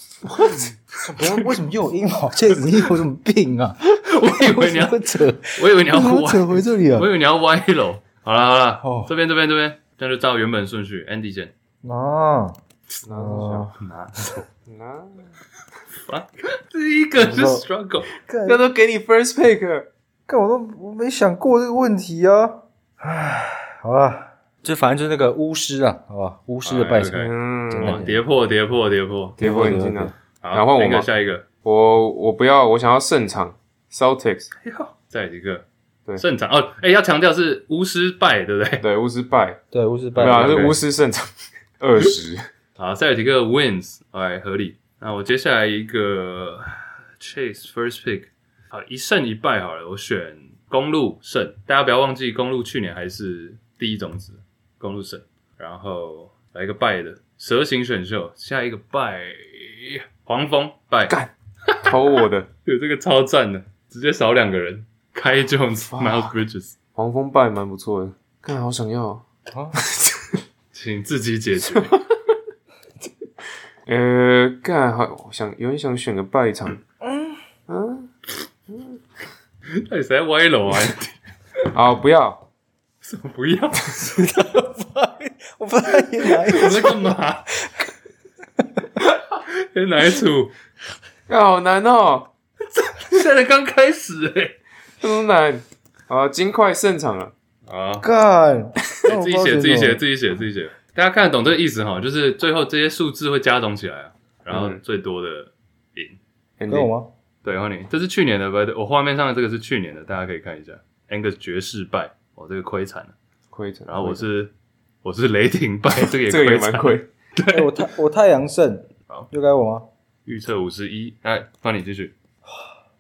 Speaker 2: 不要为什么又有阴毛？这你有什么病啊？
Speaker 1: 我 以为你要，
Speaker 2: 扯，
Speaker 1: 我以为你要
Speaker 2: 为什么
Speaker 1: 歪，
Speaker 2: 扯回这里啊
Speaker 1: 我以？为你要歪楼。好了好了，
Speaker 2: 哦
Speaker 1: 这边这边这边，这样就照原本顺序，Andy 先。
Speaker 2: 啊，
Speaker 3: 拿
Speaker 2: 哦
Speaker 3: 着想拿，
Speaker 1: 第一个是
Speaker 2: 我
Speaker 1: struggle，
Speaker 2: 看
Speaker 3: 那都给你 first pick。
Speaker 2: 看我都我没想过这个问题啊。唉，好吧，就反正就是那个巫师啊，好吧，巫师的拜神
Speaker 1: 哎，OK
Speaker 3: 嗯，
Speaker 1: 哇跌破跌破跌破，
Speaker 3: 跌破眼镜
Speaker 2: 对对
Speaker 3: 了。
Speaker 1: 好，
Speaker 3: 然后换我
Speaker 1: 那个
Speaker 3: 吗
Speaker 1: 下一个，
Speaker 3: 我我不要，我想要胜场 Celtics。
Speaker 1: 哎再一个，
Speaker 3: 对
Speaker 1: 胜场哦，哎，要强调是巫师败，对不对？
Speaker 3: 对，巫师败，
Speaker 2: 对，巫师
Speaker 3: 没
Speaker 2: 拜
Speaker 3: 有啊，
Speaker 1: 对
Speaker 3: 是巫师胜场 二十。
Speaker 1: 好，塞尔提克 wins，哎，合理。那我接下来一个 Chase first pick，好，一胜一败好了，我选公路胜。大家不要忘记，公路去年还是第一种子，公路胜。然后来一个败的蛇形选秀，下一个败黄蜂败，
Speaker 3: 偷我的
Speaker 1: 有这个超赞的，直接少两个人，开 Jones、Miles Bridges，
Speaker 3: 黄蜂败蛮不错的，看好想要哦。
Speaker 2: 啊，
Speaker 1: 请自己解决。
Speaker 3: 呃，干好想有人想选个败场。嗯
Speaker 1: 到底谁在歪楼啊？
Speaker 3: 嗯，好，不要。
Speaker 1: 什么不要？
Speaker 2: 我不知道你哪一
Speaker 1: 你在干 嘛？在哪一组？
Speaker 3: 干好难哦，
Speaker 1: 现在刚开始哎、
Speaker 3: 这么难。啊，金块胜场了。
Speaker 1: 啊，
Speaker 2: 干，那我
Speaker 1: 自己
Speaker 2: 不知
Speaker 1: 写，
Speaker 2: 道
Speaker 1: 自己写，
Speaker 2: 选什么
Speaker 1: 自己写，自己写。大家看得懂这个意思哈，就是最后这些数字会加总起来啊，然后
Speaker 3: 嗯
Speaker 1: 最多的赢。
Speaker 2: 跟
Speaker 3: Andy，
Speaker 2: 我吗？
Speaker 1: 对，欢迎。这是去年的，不对，我画面上的这个是去年的，大家可以看一下。Angus 爵士败，我这个亏惨了。
Speaker 3: 亏着。
Speaker 1: 然后我是我是雷霆 败，这个也
Speaker 3: 这个也
Speaker 1: 亏
Speaker 3: 蛮
Speaker 1: 惨。
Speaker 3: 亏。
Speaker 2: 哎，我太我太阳胜
Speaker 1: 好，
Speaker 2: 又该我吗？
Speaker 1: 预测五十一，哎，帮你继续。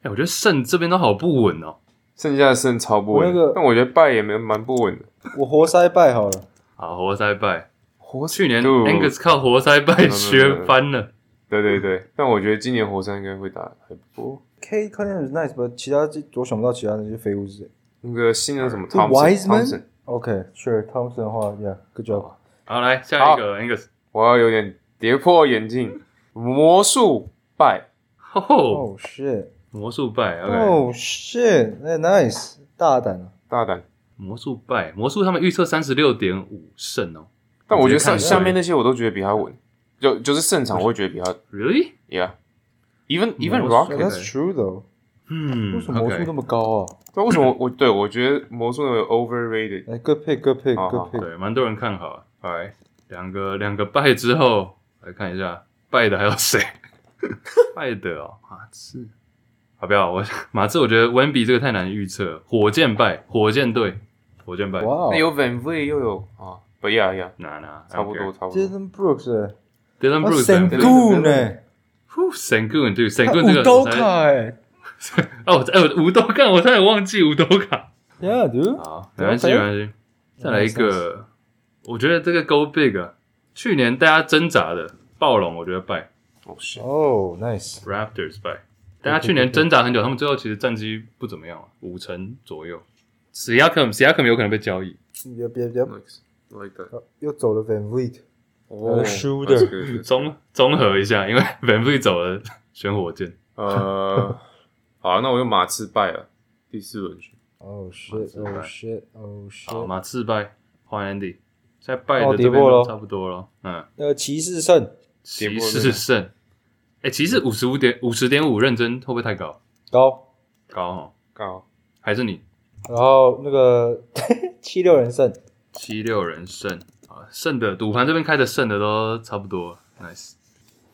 Speaker 1: 哎，我觉得胜这边都好不稳哦。
Speaker 3: 剩下的胜超不稳
Speaker 2: 我那个
Speaker 3: 的，但我觉得败也蛮蛮不稳的。
Speaker 2: 我活塞拜好了，
Speaker 1: 好，活塞败，
Speaker 3: 活塞
Speaker 1: 去年
Speaker 3: 对
Speaker 1: Angus 靠活塞败削翻了。
Speaker 3: 对对对，但我觉得今年活塞应该会打得还不错。
Speaker 2: K Cunningham is nice，but 其他这我想不到其他人就废物是谁。
Speaker 3: 那个新人什么
Speaker 2: The
Speaker 3: Thompson，Thompson，
Speaker 2: OK，Sure，Thompson 的话，Yeah，Good job。
Speaker 1: 好，来下一个 Angus。
Speaker 3: 我要有点跌破眼镜，魔术败，
Speaker 1: 哦，
Speaker 2: Oh shit。
Speaker 1: 魔术败，OK，、
Speaker 2: 哦、shit，那 nice，大胆啊！
Speaker 3: 大胆。
Speaker 1: 魔术败，魔术他们预测三十六点五胜哦
Speaker 3: 但我觉得
Speaker 1: 我
Speaker 3: 上
Speaker 1: 直接看
Speaker 3: 下面那些我都觉得比他稳，就就是胜场我会觉得比他
Speaker 1: ，Really？
Speaker 3: ，Yeah，even even
Speaker 1: 魔术
Speaker 3: Rocket，
Speaker 1: Okay 음,
Speaker 2: That's true though，
Speaker 1: 嗯，
Speaker 2: 为什么魔术
Speaker 1: o
Speaker 2: 那么高啊？
Speaker 3: 但为什么我对我觉得魔术有 overrated？
Speaker 2: 哎，good 네, pick，good
Speaker 3: 好好
Speaker 2: pick，good
Speaker 1: k
Speaker 2: pick。
Speaker 1: 对，蛮多人看好啊。好来，两个两个败之后，来看一下败的还有谁？ 败的哦，马刺，好不要我 马刺，我觉得温比这个太难预测。火箭败，火箭队，火箭败，
Speaker 2: 哇
Speaker 3: 那
Speaker 2: 哦
Speaker 3: 有 Van v l 又有啊，But yeah yeah，
Speaker 1: 拿拿
Speaker 3: 差不多。差哦不多。
Speaker 2: ，Jason Brooks， 네.
Speaker 1: Dylan
Speaker 2: 他
Speaker 1: Brooks， 네.
Speaker 2: 神
Speaker 3: Brooks，Sengun
Speaker 2: 棍呢？
Speaker 1: Sengun，对 Sengun 这
Speaker 2: 他 五
Speaker 1: 个
Speaker 2: 刀
Speaker 1: 我才呃
Speaker 2: 卡哎，
Speaker 1: 哦，我哎，我吴都看，我差点忘记吴都卡。
Speaker 2: Yeah, dude.
Speaker 1: 好，没关系，没关系。再来一个，我觉得这个 Go Big，啊，去年大家挣扎的暴龙，我觉得败
Speaker 3: 哦，是
Speaker 2: Oh, nice.
Speaker 1: Raptors 败，大家去年挣扎很久，他们最后其实战绩不怎么样、啊，五成左右。Siakam Siakam 有可能被交易，
Speaker 2: Yep, yep, yep.
Speaker 3: nice like that。
Speaker 2: 哦又走了 Van Vliet，
Speaker 3: 哦
Speaker 2: shooter
Speaker 1: 综综合一下，因为 Van v l 走了，选火箭。
Speaker 3: 呃， 好啊，那我就马刺败了，第四轮去。
Speaker 2: Oh shit!
Speaker 1: 马刺
Speaker 2: Oh
Speaker 1: 败
Speaker 2: shit! Oh
Speaker 1: 好，
Speaker 2: shit!
Speaker 1: 马刺败，换 Andy，在败
Speaker 2: 奥
Speaker 1: 的
Speaker 2: 迪
Speaker 1: 这边
Speaker 2: 波
Speaker 1: 都
Speaker 2: 咯
Speaker 1: 差不多了。嗯，
Speaker 2: 呃，骑士胜
Speaker 3: 迪
Speaker 1: 骑
Speaker 3: 波
Speaker 1: 士胜，哎、骑士五十五点五十点五，认真会不会太高？
Speaker 2: 高，
Speaker 1: 高哦，
Speaker 3: 高
Speaker 1: 还是你
Speaker 2: 然后那 个七六人胜，
Speaker 1: 七六人胜啊？胜的赌盘这边开的胜的都差不多，nice。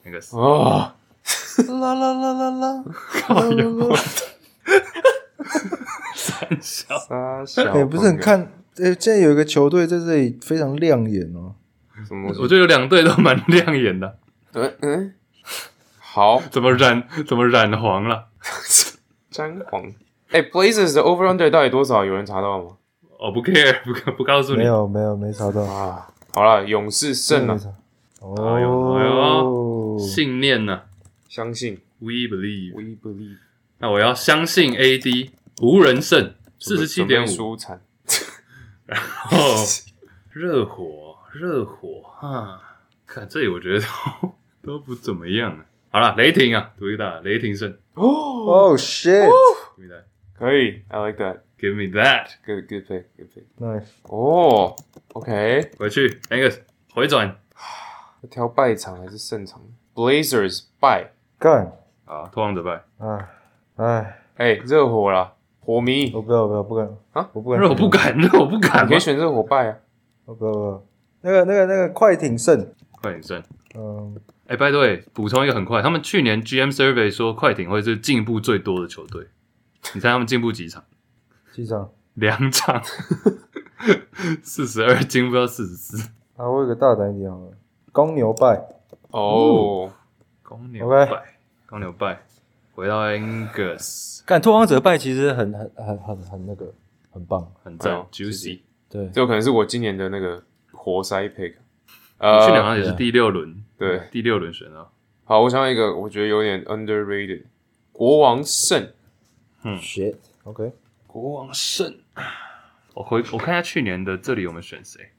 Speaker 1: 那个是
Speaker 3: 哦，
Speaker 2: 啦啦啦啦啦，
Speaker 1: 三小，
Speaker 3: 沙小
Speaker 2: 哎，不是很看，哎，现在有一个球队在这里非常亮眼哦，
Speaker 3: 什么
Speaker 1: 我
Speaker 3: 东西
Speaker 1: 觉得有两队都蛮亮眼的，
Speaker 3: 嗯嗯，好，
Speaker 1: 怎么染 怎么染黄了？
Speaker 3: 詹皇。哎、b l a z e r s 的 over under 到底多少？有人查到吗？
Speaker 1: 哦，不 care，不不告诉你
Speaker 2: 没，有没有没查到，
Speaker 3: 啊，好了，勇士胜啊
Speaker 2: 没
Speaker 3: 了，
Speaker 2: 查，
Speaker 1: 啊哎呦哎
Speaker 2: 哦，
Speaker 1: 信念呢、
Speaker 3: 相信
Speaker 1: w e believe。
Speaker 3: ，we believe。
Speaker 1: 那我要相信 AD 无人胜，四十七点
Speaker 3: 准备
Speaker 1: 五。
Speaker 3: 输惨。
Speaker 1: 哦， 热火，热火啊！看这里，我觉得都 都不怎么样啊。好了，雷霆啊，赌一打，雷霆胜，
Speaker 3: 哦，
Speaker 2: Oh shit!
Speaker 1: 赌一打
Speaker 3: 可以，I like that。
Speaker 1: ，Give me that，
Speaker 3: Good, good pick, good pick。
Speaker 2: Nice.
Speaker 3: 哦，OK，
Speaker 1: 回去 Angus 回转
Speaker 3: 要挑败场还是胜场？Blazers 败，
Speaker 2: 干，
Speaker 1: 啊，拓荒者败，
Speaker 2: 哎哎，
Speaker 3: 哎、热火啦，火迷，
Speaker 2: 我不要我不要不敢
Speaker 3: 啊
Speaker 2: 我不敢，
Speaker 1: 热火不 敢，热火不敢
Speaker 3: 你可
Speaker 1: 吗
Speaker 3: 以？选热火败啊。
Speaker 2: 我不要不要，那个那个那个快艇胜，
Speaker 1: 快点胜！
Speaker 2: 嗯，
Speaker 1: 哎、拜托，补充一个很快，他们去年 GM Survey 说快艇会是进步最多的球队，你猜他们进步几场？
Speaker 2: 机场。
Speaker 1: 两场， 四十二进步到四十四，
Speaker 2: 啊，我有个大胆一点好了，公牛败，
Speaker 3: 哦，
Speaker 1: 公牛
Speaker 2: OK
Speaker 1: 败，公牛败，回到 Angus。
Speaker 6: 干拓荒者败其实很很很很很那个，很棒。
Speaker 1: 很
Speaker 3: 哎
Speaker 1: 赞
Speaker 3: 呦
Speaker 1: ，juicy。
Speaker 6: 对，
Speaker 3: 这有可能是我今年的那个活塞 pick。
Speaker 1: 去啊年好
Speaker 3: 呃，
Speaker 1: 像也是第六轮，
Speaker 3: 对，
Speaker 1: 第六轮选啊到
Speaker 3: 好，我想要一个我觉得有点 underrated，国王胜，
Speaker 2: shit。OK，
Speaker 1: 国王胜。我回我看一下去年的这里我们选谁？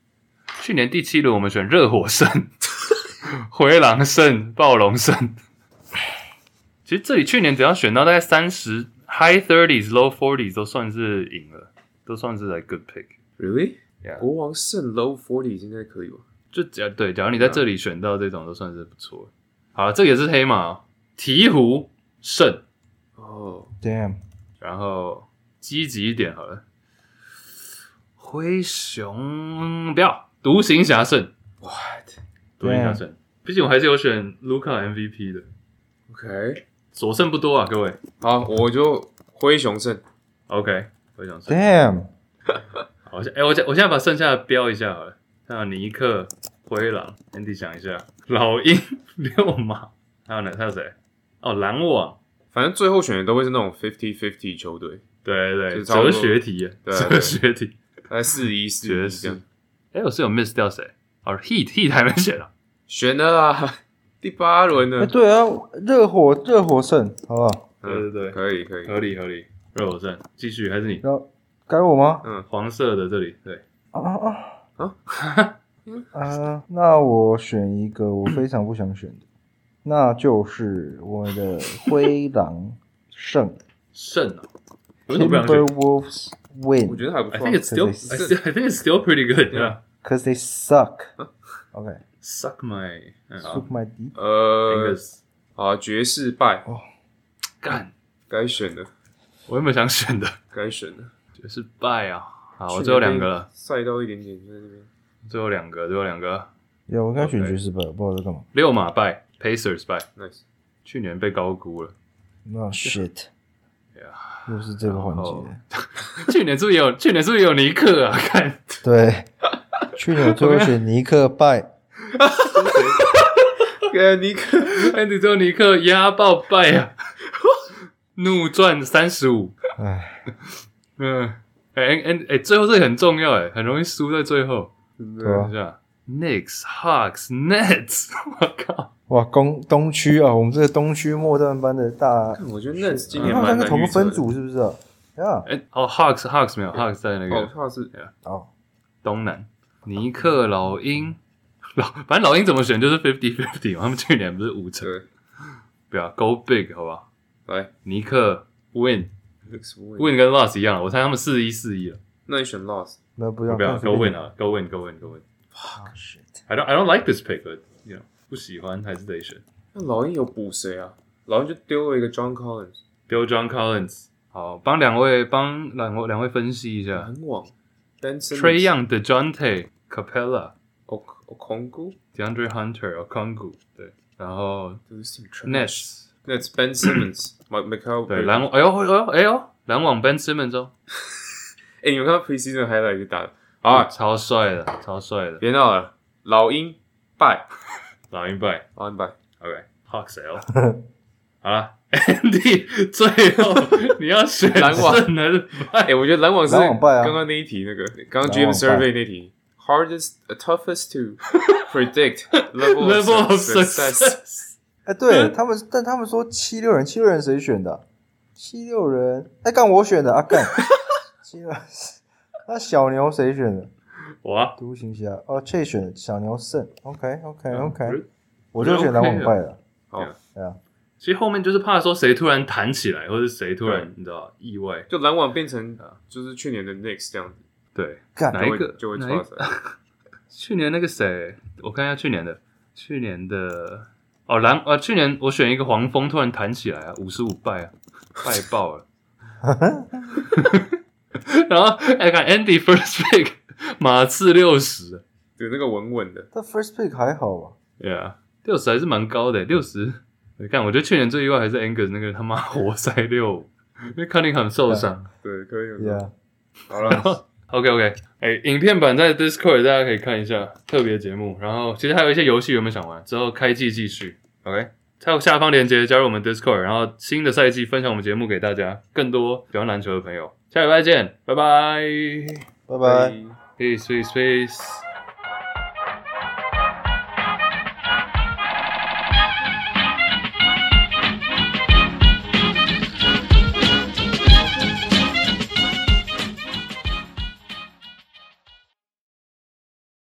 Speaker 1: 去年第七轮我们选热火 胜、回狼胜、暴龙胜。其实这里去年只要选到大概三十 high thirties、low forties 都算是赢了，都算是 like good pick。
Speaker 3: Really？、
Speaker 1: Yeah
Speaker 3: 国王胜 low forty 应该可以吧？
Speaker 1: 就只要对，假如你在这里选到这种都算是不错。好，这个也是黑马、哦，鹈鹕胜。
Speaker 3: 哦，
Speaker 2: damn，
Speaker 1: 然后积极一点好了。灰熊不要，独行侠胜。
Speaker 3: What？
Speaker 1: 独行侠胜，毕竟我还是有选卢卡 MVP 的，
Speaker 3: OK，
Speaker 1: 所剩不多啊，各位。
Speaker 3: 好，我就灰熊胜。
Speaker 1: OK，灰熊
Speaker 2: 啊
Speaker 1: 胜。
Speaker 2: damn，
Speaker 1: 好，我现哎，我现我现在把剩下的标一下好了。还有尼克、灰狼，Andy 想一下，老鹰、六马，还有哪？还有谁？哦，篮网。
Speaker 3: 反正最后选的都会是那种 fifty fifty 球队，
Speaker 1: 对对
Speaker 3: 就
Speaker 1: 对，
Speaker 3: 差不多
Speaker 1: 哲学题啊，
Speaker 3: 对对
Speaker 1: 哲学题。
Speaker 3: 大概呃四一四
Speaker 1: 爵
Speaker 3: 一
Speaker 1: 士
Speaker 3: 这样。
Speaker 1: 哎，我是有 miss 掉谁？哦，Heat Heat 还没选啊。
Speaker 3: 选了啊，第八轮
Speaker 2: 哎，
Speaker 3: 呢？
Speaker 2: 对啊，热火热火胜，好不好？
Speaker 1: 对对对
Speaker 3: 嗯
Speaker 1: 嗯
Speaker 3: 可以可以。
Speaker 1: 合理合理。热火胜，继续还是你？
Speaker 2: 然后该我吗？
Speaker 1: 黄色的这里，对，
Speaker 2: 啊啊
Speaker 3: 啊
Speaker 2: 啊！ 啊，那我选一个我非常不想选的，那就是我们的灰狼胜
Speaker 1: 肾啊， 为什么不想选
Speaker 2: Timberwolves
Speaker 3: 我
Speaker 2: win
Speaker 3: 觉得还不
Speaker 1: ？I
Speaker 3: 错啊
Speaker 1: think。it's still, I, still- I think it's still pretty good. Yeah,
Speaker 2: because they suck。OK，
Speaker 1: 啊 suck my 嗯
Speaker 2: suck my dick。
Speaker 3: 呃，
Speaker 1: Angus
Speaker 3: 啊，爵士败，
Speaker 1: 干，
Speaker 3: 该选的，
Speaker 1: 我有没有想选的？
Speaker 3: 该选的。
Speaker 1: 就是败啊！好，我最后两个了，，
Speaker 3: 赛到一点点在那边。
Speaker 1: 最后两个，最后两个，
Speaker 2: 呀，我应该选
Speaker 1: OK
Speaker 2: 爵士吧，我不知道在干嘛。
Speaker 1: 六马败，Pacers 败，
Speaker 3: Nice，
Speaker 1: 去年被高估了。
Speaker 2: 那 shit，
Speaker 1: Yeah
Speaker 2: 又是这个环
Speaker 1: 然后
Speaker 2: 节。
Speaker 1: 去年是不是也有， 去年是不是也有尼克啊？ 看，
Speaker 2: 对，去年我最后选尼克拜，
Speaker 3: 给尼克，
Speaker 1: 哎，你最后尼克压爆 败啊，怒赚三十五。
Speaker 2: 哎，
Speaker 1: 嗯，哎哎哎哎，最后这个很重要哎，很容易输在最后。
Speaker 3: 真
Speaker 4: 对
Speaker 3: 的
Speaker 4: 啊
Speaker 1: 等一下，Knicks、Hawks、Nets，我 靠，
Speaker 4: 哇，东东区啊，我们这个东区末段班的大，
Speaker 3: 看 我觉得 Nets 今
Speaker 4: 他
Speaker 3: 年
Speaker 4: 们
Speaker 3: 蛮
Speaker 4: 三
Speaker 3: 难
Speaker 4: 个
Speaker 3: 预
Speaker 4: 同
Speaker 3: 测的
Speaker 4: 分，组是不是啊？啊，
Speaker 1: 哎哦，Hawks Hawks 没有，Hawks 在那
Speaker 3: 哦
Speaker 1: 个，
Speaker 3: 他是
Speaker 1: 啊
Speaker 4: 哦，
Speaker 1: 东南。尼克、老鹰，老反正老鹰怎么选就是 fifty fifty，他们去年不是五成，
Speaker 3: 对，
Speaker 1: 不要 go big 好不好？
Speaker 3: 来
Speaker 1: 尼克 win
Speaker 3: Knicks win，
Speaker 1: win 跟 loss 一样了，我猜他们四一四一了。
Speaker 3: 那你选 Loss，
Speaker 4: 那不要
Speaker 1: 不
Speaker 4: 看
Speaker 1: 要
Speaker 4: 啊
Speaker 1: go win 啊，go win go win go win。I don't I don't like this pick, but you know 不喜欢还是得选。
Speaker 3: 那老鹰有补谁啊？老鹰就丢了一个 John Collins，
Speaker 1: 丢 John Collins，好，帮两位帮两位两位分析一下。
Speaker 3: 篮网，Benson
Speaker 1: Trey Young 的 Jonte Capella、
Speaker 3: O O Kongu
Speaker 1: DeAndre Hunter、o k o n g u 对，然后
Speaker 3: Nash
Speaker 1: Nash，
Speaker 3: Nets Ben Simmons Mike Michael
Speaker 1: 对，篮网，哎呦哎呦哎呦，篮网 Ben Simmons 哦，
Speaker 3: 哎你们看 preseason highlight 就打了好啊
Speaker 1: 超帅的，超帅的，
Speaker 3: 别闹了老鹰败
Speaker 1: 老鹰败
Speaker 3: 老鹰败
Speaker 1: ，OK，Hawks L，好了，Andy，最后你要选
Speaker 3: 篮网
Speaker 1: 胜还是败？
Speaker 3: 哎我觉得篮网是
Speaker 4: 篮网败啊
Speaker 3: 刚刚那一题那个刚刚
Speaker 4: 篮网
Speaker 3: GM
Speaker 4: 败
Speaker 3: survey 那题 hardest uh, toughest to predict level
Speaker 1: Level of
Speaker 3: success
Speaker 1: success，
Speaker 4: 哎，对他们，但他们说七六人，七六人谁选的啊？七六人，哎，干我选的啊，干七六人。那小牛谁选的？
Speaker 2: 啊
Speaker 1: 哇
Speaker 4: 独行侠哦，这选的小牛胜。OK OK
Speaker 2: 哎
Speaker 1: 嗯
Speaker 4: OK，我就选篮网败了。
Speaker 3: 好
Speaker 4: 对啊，
Speaker 1: 其实后面就是怕说谁突然弹起来，或者谁突然你知道意外，
Speaker 3: 就篮网变成就是去年的 Knicks 这样子
Speaker 1: 对，
Speaker 4: 干
Speaker 1: 哪
Speaker 3: 就
Speaker 1: 一个
Speaker 3: 会就会
Speaker 1: 哪
Speaker 3: 出
Speaker 1: 一
Speaker 3: 赛
Speaker 1: 去年那个谁，我看一下去年的，去年的哦蓝啊，去年我选一个黄蜂突然弹起来啊，五十五败啊， 败爆了。然后哎，看 Andy first pick 马刺六十
Speaker 3: 对那个稳稳的
Speaker 4: 但 first pick 还好吧？
Speaker 1: ，Yeah，六十还是蛮高的，六十。你看，我觉得去年最意外还是 Angus 那个他妈活塞六五，因为 Cunningham 受伤。
Speaker 3: 对可以有
Speaker 4: Yeah，
Speaker 3: 好了
Speaker 1: OK OK，哎、影片版在 Discord 大家可以看一下特别节目，然后其实还有一些游戏原本想玩，之后开季继续。OK，还有下方链接加入我们 Discord，然后新的赛季分享我们节目给大家更多喜欢篮球的朋友。下礼拜见，拜拜
Speaker 4: 拜拜。
Speaker 1: ，peace peace peace。